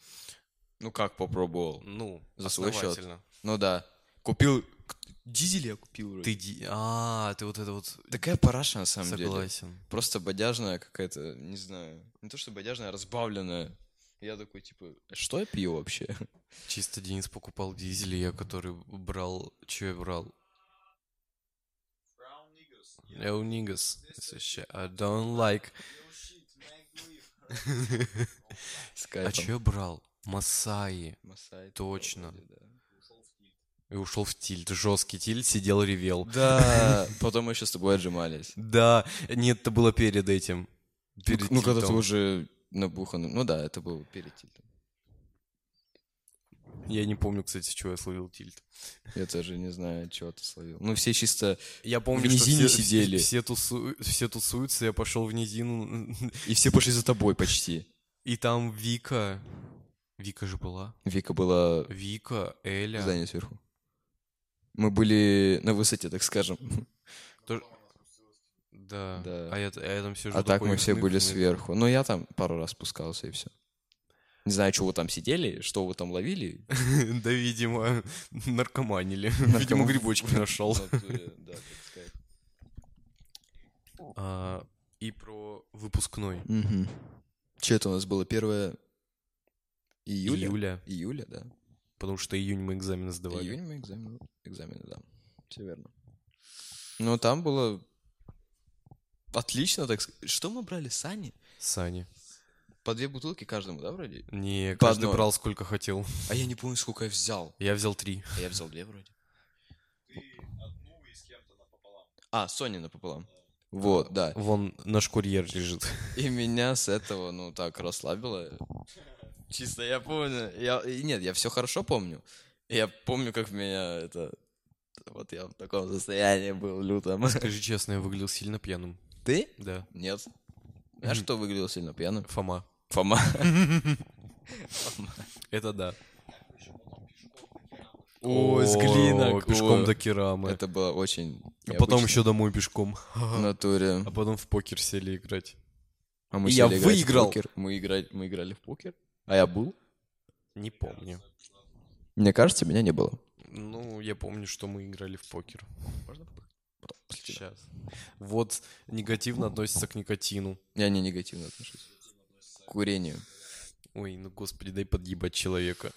Speaker 3: Ну как попробовал?
Speaker 1: Ну,
Speaker 3: За свой счет. Ну да. Купил... к- Дизель я купил вроде.
Speaker 1: Ты... ди- А, ты вот это вот...
Speaker 3: Такая параша на самом деле.
Speaker 1: Согласен.
Speaker 3: Просто бодяжная какая-то, не знаю. Не то, что бодяжная, а разбавленная. Я такой, типа, что я пью вообще?
Speaker 1: Чисто Денис покупал дизель, и я который брал... Чего я брал? Yo, niggas, this shit I don't like. А
Speaker 3: С
Speaker 1: А
Speaker 3: кайфом.
Speaker 1: чё я брал? Масаи.
Speaker 3: Масай.
Speaker 1: Точно.
Speaker 3: вроде, да.
Speaker 1: И ушел в тильт. Жесткий тильт, сидел, ревел.
Speaker 3: Да, потом мы еще с тобой отжимались.
Speaker 1: Да, нет, это было перед этим.
Speaker 3: Ну,
Speaker 1: Перед
Speaker 3: ну, когда ты
Speaker 1: тильтом.
Speaker 3: уже набухан. Ну да, это был перед тильтом.
Speaker 1: Я не помню, кстати, с чего я словил тильт.
Speaker 3: Я даже не знаю, чего ты словил. Ну, все чисто...
Speaker 1: Я помню,
Speaker 3: низине
Speaker 1: что все,
Speaker 3: сидели.
Speaker 1: Все, тусу- все тусуются, я пошел в низину,
Speaker 3: И все пошли за тобой почти.
Speaker 1: и там Вика... Вика же была.
Speaker 3: Вика была
Speaker 1: Вика, Эля.
Speaker 3: здание сверху. Мы были на высоте, так скажем.
Speaker 1: Тоже- Да.
Speaker 3: Да.
Speaker 1: А я, а я там сижу
Speaker 3: А так
Speaker 1: такой
Speaker 3: мы все
Speaker 1: хныканный.
Speaker 3: были сверху. Но я там пару раз спускался и все. Не знаю, что вы там сидели, что вы там ловили.
Speaker 1: Да, видимо, наркоманили. Видимо,
Speaker 3: Наркоман.
Speaker 1: грибочки нашел.
Speaker 3: В натуре, да, так сказать.
Speaker 1: А, И про выпускной.
Speaker 3: Мгм. Чё это у нас было? Первое июля?
Speaker 1: Июля.
Speaker 3: Июля, да.
Speaker 1: Потому что июнь мы экзамены сдавали.
Speaker 3: Июнь мы экзамен, экзамены, да. Все верно. Ну, там было отлично, так сказать. Что мы брали, сани?
Speaker 1: Сани.
Speaker 3: По две бутылки каждому, да, вроде?
Speaker 1: Не,
Speaker 3: По
Speaker 1: каждый
Speaker 3: одной.
Speaker 1: брал сколько хотел.
Speaker 3: А я не помню, сколько я взял.
Speaker 1: Я взял три.
Speaker 3: А я взял две вроде. А, Соня напополам. Вот, да.
Speaker 1: Вон наш курьер лежит.
Speaker 3: И меня с этого, ну, так расслабило. Чисто я помню. Я... и Нет, я все хорошо помню. Я помню, как меня это... Вот я в таком состоянии был лютом.
Speaker 1: Скажи честно, я выглядел сильно пьяным.
Speaker 3: Ты?
Speaker 1: Да.
Speaker 3: Нет. А что выглядел сильно пьяным?
Speaker 1: Фома.
Speaker 3: Фома.
Speaker 1: Это да.
Speaker 3: О, с глинок.
Speaker 1: Пешком
Speaker 3: О,
Speaker 1: до Керамы.
Speaker 3: Это было очень...
Speaker 1: А потом
Speaker 3: необычно.
Speaker 1: еще домой пешком.
Speaker 3: В натуре.
Speaker 1: А потом в покер сели играть.
Speaker 3: А мы
Speaker 1: И я
Speaker 3: сели играть в
Speaker 1: выиграл.
Speaker 3: покер. Мы играли, мы играли в покер. А я был?
Speaker 1: Не помню.
Speaker 3: Мне кажется, меня не было.
Speaker 1: Ну, я помню, что мы играли в покер.
Speaker 3: Можно потом? после тебя?
Speaker 1: Сейчас. Вот негативно относится к никотину.
Speaker 3: Я не негативно отношусь. К курению.
Speaker 1: Ой, ну господи, дай подъебать человека.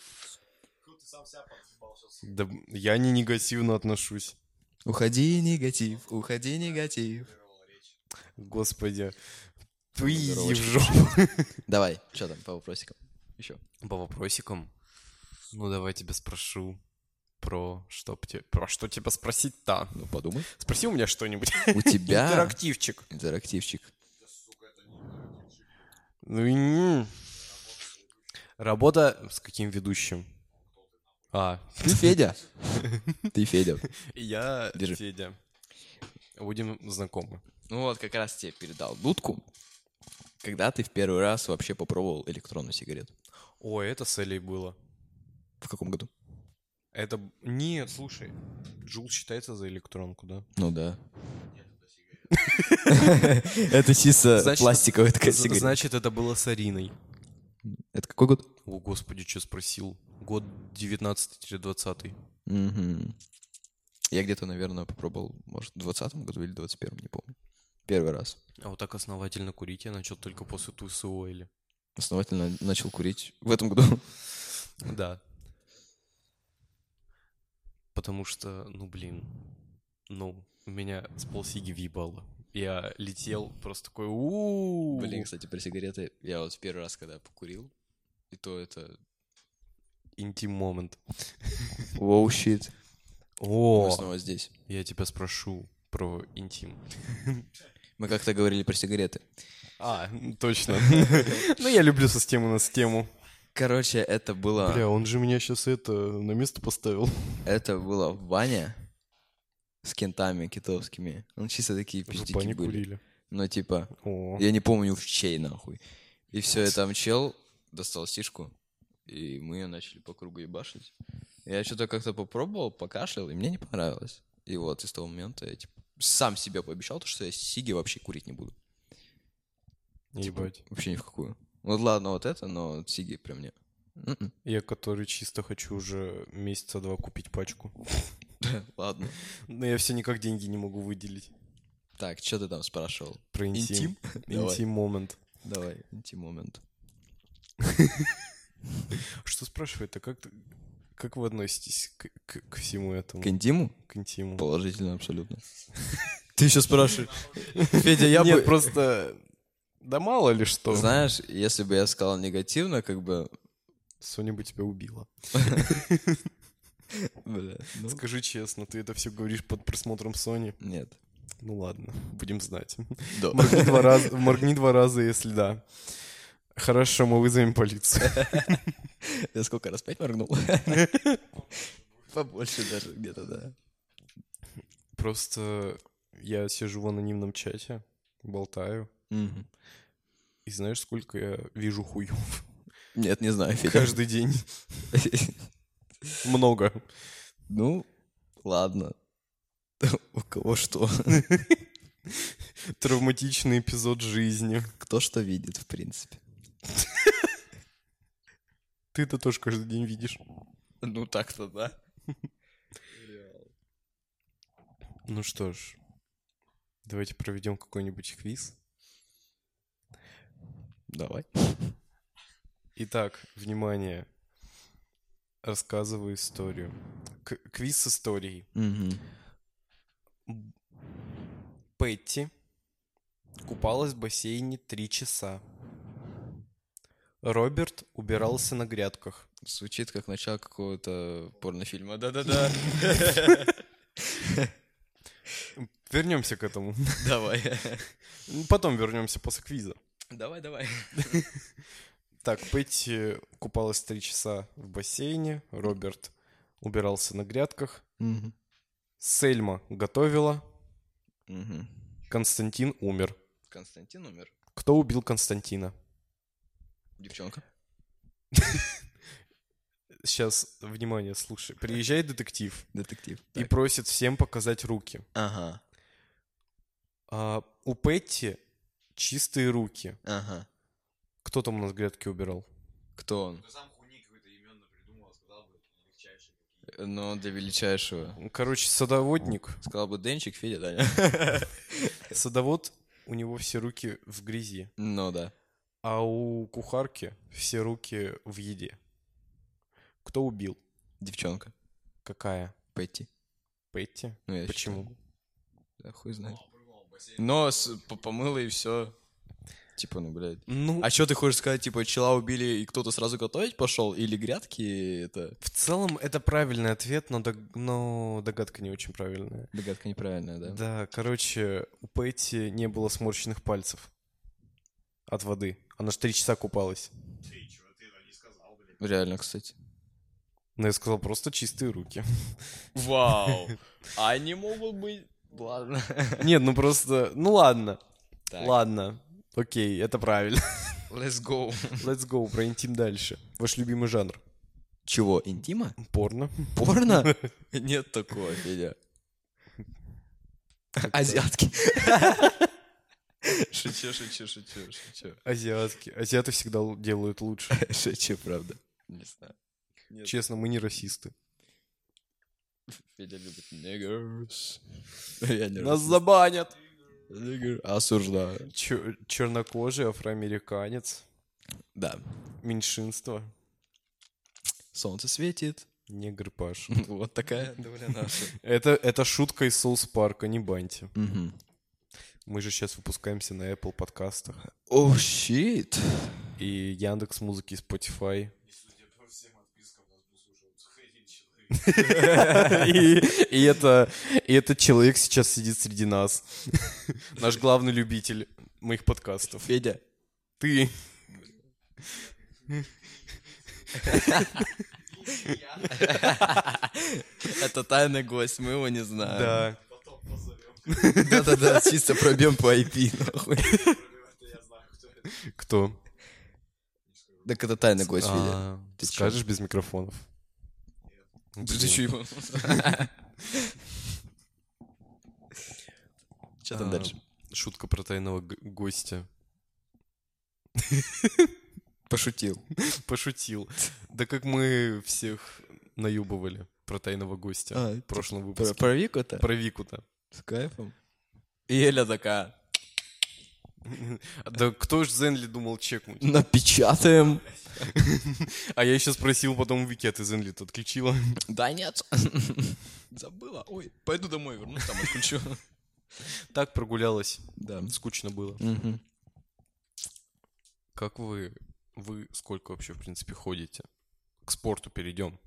Speaker 1: Да б- я не негативно отношусь.
Speaker 3: Уходи, негатив, уходи, негатив.
Speaker 1: Господи. Ты иди в
Speaker 3: Здоровочка.
Speaker 1: жопу.
Speaker 3: Давай, что там по вопросикам? Еще.
Speaker 1: По вопросикам. Ну, давай тебя спрошу про что, б те- про что тебя спросить-то.
Speaker 3: Ну, подумай.
Speaker 1: Спроси у меня что-нибудь.
Speaker 3: У тебя
Speaker 1: Интерактивчик.
Speaker 3: интерактивчик.
Speaker 1: Ну, и- Работа с каким ведущим? А,
Speaker 3: Ты Федя. Ты Федя.
Speaker 1: я
Speaker 3: Держи.
Speaker 1: Федя. Будем знакомы.
Speaker 3: Ну вот, как раз тебе передал дудку. Когда ты в первый раз вообще попробовал электронную сигарету?
Speaker 1: Ой, это с Элей было.
Speaker 3: В каком году?
Speaker 1: Это... б- Нет, слушай. Джул считается за электронку, да?
Speaker 3: Ну да. Это чисто
Speaker 1: Значит-
Speaker 3: пластиковая такая
Speaker 1: З-
Speaker 3: сигарета.
Speaker 1: Значит, это было с Ариной.
Speaker 3: Это какой год?
Speaker 1: О, господи, что спросил? Год 19-20.
Speaker 3: Мгм. Я где-то, наверное, попробовал, может, в 20 году или 21 не помню. Первый раз.
Speaker 1: А вот так основательно курить я начал только после тусы Ойли.
Speaker 3: Основательно начал курить в этом году.
Speaker 1: Да. Потому что, ну блин, ну, меня с полсиги въебало. Я летел просто такой у
Speaker 3: Блин, кстати, про сигареты. Я вот в первый раз, когда покурил, и то это...
Speaker 1: интим момент.
Speaker 3: Воу, щит. Мы
Speaker 1: О,
Speaker 3: снова здесь.
Speaker 1: я тебя спрошу про интим.
Speaker 3: Мы как-то говорили про сигареты.
Speaker 1: А, ну, точно. Ну, я люблю со тему на тему.
Speaker 3: Короче, это было...
Speaker 1: Бля, он же меня сейчас это на место поставил.
Speaker 3: Это было в бане с кентами китовскими. Ну, чисто такие пиздики
Speaker 1: Жупани
Speaker 3: были.
Speaker 1: курили.
Speaker 3: Ну, типа,
Speaker 1: О.
Speaker 3: я не помню в чей, нахуй. И все, я там чел достал стишку, и мы ее начали по кругу ебашить. Я что-то как-то попробовал, покашлял, и мне не понравилось. И вот, и с того момента я, типа, сам себе пообещал, то, что я сиги вообще курить не буду. Типа,
Speaker 1: Ебать.
Speaker 3: Вообще ни в какую. Вот ладно, вот это, но сиги при мне. М-м.
Speaker 1: Я, который чисто хочу уже месяца два купить пачку.
Speaker 3: Ладно.
Speaker 1: Но я все никак деньги не могу выделить.
Speaker 3: Так, что ты там спрашивал?
Speaker 1: Про интим.
Speaker 3: Интим? Давай.
Speaker 1: момент.
Speaker 3: Давай, интим-момент.
Speaker 1: Что спрашивает, а как, ты- как вы относитесь к, к- к всему этому?
Speaker 3: К интиму?
Speaker 1: К интиму.
Speaker 3: Положительно, абсолютно. Ты еще спрашиваешь. Федя, я
Speaker 1: Нет,
Speaker 3: бы...
Speaker 1: просто... Да мало ли что.
Speaker 3: Знаешь, если бы я сказал негативно, как бы...
Speaker 1: Соня бы тебя убила.
Speaker 3: бля, ну,
Speaker 1: Скажи честно, ты это все говоришь под просмотром Сони?
Speaker 3: Нет.
Speaker 1: Ну ладно, будем знать.
Speaker 3: Да.
Speaker 1: Моргни два раза, моргни два раза, если да. Хорошо, мы вызовем полицию.
Speaker 3: Я сколько раз? Пять моргнул? Побольше даже где-то, да.
Speaker 1: Просто я сижу в анонимном чате, болтаю,
Speaker 3: Мгм.
Speaker 1: и знаешь, сколько я вижу хуев
Speaker 3: Нет, не знаю, Федя.
Speaker 1: каждый день? Много.
Speaker 3: Ну, ладно. У кого что?
Speaker 1: Травматичный эпизод жизни.
Speaker 3: Кто что видит, в принципе.
Speaker 1: Ты это тоже каждый день видишь.
Speaker 3: Ну, так-то да.
Speaker 1: Ну что ж, давайте проведем какой-нибудь квиз.
Speaker 3: Давай.
Speaker 1: Итак, внимание. Рассказываю историю. К- квиз с историей.
Speaker 3: Мгм.
Speaker 1: Петти купалась в бассейне три часа. Роберт убирался на грядках.
Speaker 3: Звучит как начало какого-то порнофильма. Да-да-да.
Speaker 1: Вернемся к этому.
Speaker 3: Давай.
Speaker 1: Потом вернемся после квиза.
Speaker 3: Давай, давай.
Speaker 1: Так, Петти купалась три часа в бассейне. Роберт убирался на грядках. Сельма готовила. Константин умер.
Speaker 3: Константин умер.
Speaker 1: Кто убил Константина?
Speaker 3: Девчонка.
Speaker 1: Сейчас, внимание, слушай. Приезжает детектив
Speaker 3: Детектив.
Speaker 1: и просит всем показать руки.
Speaker 3: Ага,
Speaker 1: А у Петти чистые руки.
Speaker 3: ага.
Speaker 1: Кто там у нас грядки убирал?
Speaker 3: Кто он? а Ну, для величайшего.
Speaker 1: Короче, садоводник.
Speaker 3: Сказал бы Денчик, Федя, Даня.
Speaker 1: Садовод, у него все руки в грязи.
Speaker 3: Ну да.
Speaker 1: А у кухарки все руки в еде. Кто убил?
Speaker 3: Девчонка.
Speaker 1: Какая?
Speaker 3: Пойти.
Speaker 1: Петти?
Speaker 3: Ну, я
Speaker 1: Почему?
Speaker 3: Ну, считаю. Да хуй знает. Но с- по- помыла и все. Типа, ну, блядь.
Speaker 1: Ну,
Speaker 3: А что ты хочешь сказать, типа, чела убили, и кто-то сразу готовить пошел? Или грядки? Это
Speaker 1: в целом это правильный ответ, но, дог- но догадка не очень правильная.
Speaker 3: догадка неправильная, да?
Speaker 1: Да, короче, у Пэти не было сморщенных пальцев от воды. Она ж три часа купалась.
Speaker 3: Реально, кстати.
Speaker 1: Но я сказал, просто чистые руки.
Speaker 3: Вау! А Они могут быть... Ладно.
Speaker 1: Нет, ну просто... Ну ладно.
Speaker 3: Так.
Speaker 1: Ладно. Окей, это правильно.
Speaker 3: Let's go.
Speaker 1: Let's go, про интим дальше. Ваш любимый жанр.
Speaker 3: Чего, интима?
Speaker 1: Порно.
Speaker 3: Порно? Нет такого, Федя. Азиатки. Шучу, шучу, шучу, шучу.
Speaker 1: Азиатки. Азиаты всегда л- делают лучше.
Speaker 3: Шучу, правда. Не знаю. Нет.
Speaker 1: Честно, мы не расисты.
Speaker 3: Федя любит негерс. Ну, Я не
Speaker 1: Нас
Speaker 3: раз-
Speaker 1: забанят.
Speaker 3: Нигер. Осуждаю.
Speaker 1: Чер- чернокожий, афроамериканец.
Speaker 3: Да.
Speaker 1: Меньшинство.
Speaker 3: Солнце светит.
Speaker 1: Негр Паш.
Speaker 3: Вот такая доля наша.
Speaker 1: Это, это шутка из Соус Парка, не баньте. Мы же сейчас выпускаемся на Apple подкастах
Speaker 3: О, щит.
Speaker 1: и Яндекс музыки, и Spotify. И, и это, и этот человек сейчас сидит среди нас. Наш главный любитель моих подкастов.
Speaker 3: Федя.
Speaker 1: Ты.
Speaker 3: Это тайный гость, мы его не
Speaker 1: А,
Speaker 3: знаем.
Speaker 1: Да.
Speaker 3: Да-да-да, чисто пробьем по IP, нахуй.
Speaker 1: Кто?
Speaker 3: Так это тайный гость, Федя.
Speaker 1: А,
Speaker 3: Ты чё?
Speaker 1: Скажешь без микрофонов?
Speaker 3: Ты чё его? Че там
Speaker 1: А,
Speaker 3: дальше?
Speaker 1: Шутка про тайного г- гостя.
Speaker 3: Пошутил.
Speaker 1: Пошутил. Да как мы всех наебывали про тайного гостя
Speaker 3: А,
Speaker 1: в прошлом
Speaker 3: Про
Speaker 1: выпуске.
Speaker 3: про Вику-то?
Speaker 1: Про Вику-то.
Speaker 3: С кайфом. И Эля такая,
Speaker 1: Да кто ж Зенли думал чекнуть?
Speaker 3: напечатаем.
Speaker 1: А я еще спросил потом у Вики, а ты Зенли отключила?
Speaker 3: Да нет. Забыла. Ой, пойду домой вернусь, там отключу.
Speaker 1: Так прогулялась.
Speaker 3: Да.
Speaker 1: Скучно было.
Speaker 3: Мгм.
Speaker 1: Как вы... Вы сколько вообще, в принципе, ходите? К спорту перейдем.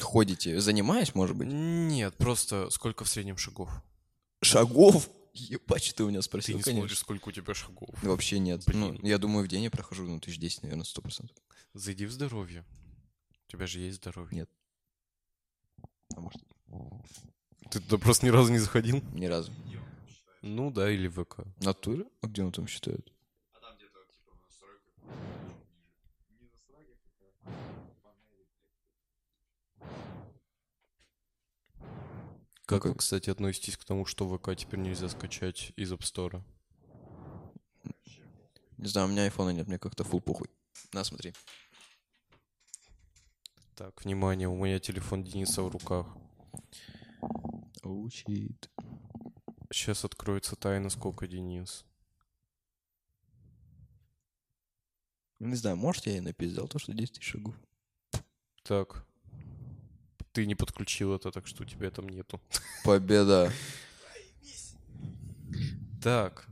Speaker 3: Ходите, занимаюсь, может быть?
Speaker 1: Нет, просто сколько в среднем шагов?
Speaker 3: Шагов? Ебать, что ты у меня
Speaker 1: Ты
Speaker 3: спросил,
Speaker 1: не
Speaker 3: конечно.
Speaker 1: смотришь, сколько у тебя шагов.
Speaker 3: Вообще нет. Ну,
Speaker 1: Блин.
Speaker 3: я думаю, в день я прохожу, ну, тысяч десять, наверное, сто процентов.
Speaker 1: Зайди в здоровье. У тебя же есть здоровье.
Speaker 3: Нет. А может,
Speaker 1: Ты туда просто ни разу не заходил?
Speaker 3: ни разу.
Speaker 1: Ну да, или ВК.
Speaker 3: Натуре? А где он там считает?
Speaker 1: Как
Speaker 3: Какой?
Speaker 1: вы, кстати, относитесь к тому, что ВК теперь нельзя скачать из App Store?
Speaker 3: Не знаю, у меня айфона нет, мне как-то фул похуй. На, смотри.
Speaker 1: Так, внимание, у меня телефон Дениса в руках.
Speaker 3: Учит.
Speaker 1: Сейчас откроется тайна, сколько Денис.
Speaker 3: Не знаю, может, я ей напиздал то, что 10 тысяч шагов.
Speaker 1: Так. Ты не подключил это, так что у тебя там нету.
Speaker 3: Победа.
Speaker 1: Так.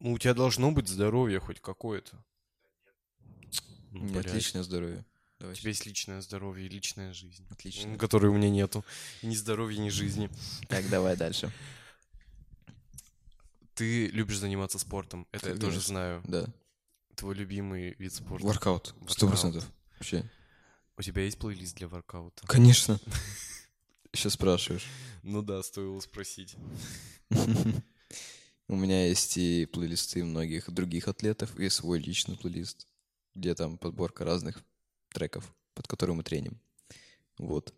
Speaker 1: Ну, у тебя должно быть здоровье хоть какое-то.
Speaker 3: У
Speaker 1: Ну,
Speaker 3: меня
Speaker 1: блядь.
Speaker 3: отличное здоровье. Давай.
Speaker 1: У тебя есть личное здоровье и личная жизнь.
Speaker 3: Отлично.
Speaker 1: Которой у меня нету. И ни здоровья, ни жизни.
Speaker 3: Так, давай дальше.
Speaker 1: Ты любишь заниматься спортом. Это я тоже
Speaker 3: Конечно.
Speaker 1: знаю.
Speaker 3: Да.
Speaker 1: Твой любимый вид спорта.
Speaker 3: Воркаут. Сто
Speaker 1: Воркаут.
Speaker 3: процентов. Вообще.
Speaker 1: У тебя есть плейлист для воркаута?
Speaker 3: Конечно. Сейчас спрашиваешь.
Speaker 1: Ну да, стоило спросить.
Speaker 3: У меня есть и плейлисты многих других атлетов, и свой личный плейлист, где там подборка разных треков, под которые мы треним. Вот.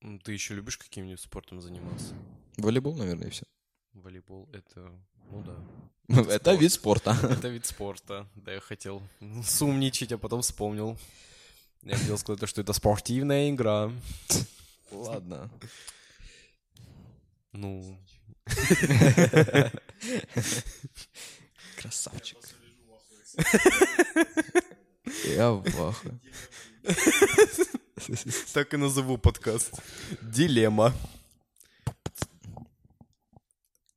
Speaker 1: М, Ты еще любишь каким-нибудь спортом заниматься?
Speaker 3: Волейбол, наверное, и все.
Speaker 1: Волейбол — это... Ну да.
Speaker 3: Это
Speaker 1: спорт.
Speaker 3: вид спорта.
Speaker 1: Это вид спорта. Да, я хотел сумничать, а потом вспомнил. Я хотел сказать, то, что это спортивная игра.
Speaker 3: Ладно.
Speaker 1: Ну,
Speaker 3: Красавчик. Я в ахуе.
Speaker 1: так и назову подкаст. Дилемма.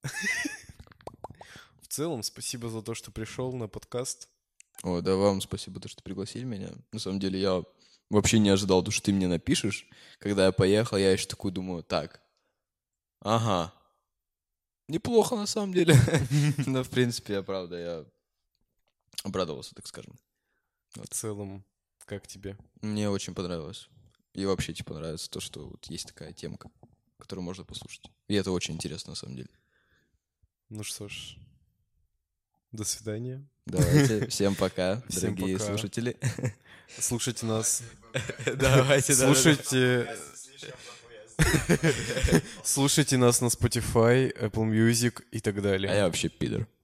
Speaker 1: В целом, спасибо за то, что пришел на подкаст.
Speaker 3: О, да вам спасибо, то, что пригласили меня. На самом деле, я вообще не ожидал, то, что ты мне напишешь. Когда я поехал, я еще такой думаю, так, ага, неплохо на самом деле. Но, в принципе, я правда, я обрадовался, так скажем.
Speaker 1: В целом, как тебе?
Speaker 3: Мне очень понравилось. И вообще, типа, нравится то, что вот есть такая темка, которую можно послушать. И это очень интересно, на самом деле.
Speaker 1: Ну что ж, до свидания.
Speaker 3: Давайте, всем пока,
Speaker 1: Всем
Speaker 3: дорогие
Speaker 1: пока.
Speaker 3: слушатели.
Speaker 1: Слушайте нас.
Speaker 3: Давайте, да, да, да.
Speaker 1: Слушайте... Слушайте нас на Spotify, Apple Music и так
Speaker 3: А
Speaker 1: далее.
Speaker 3: я вообще пидор.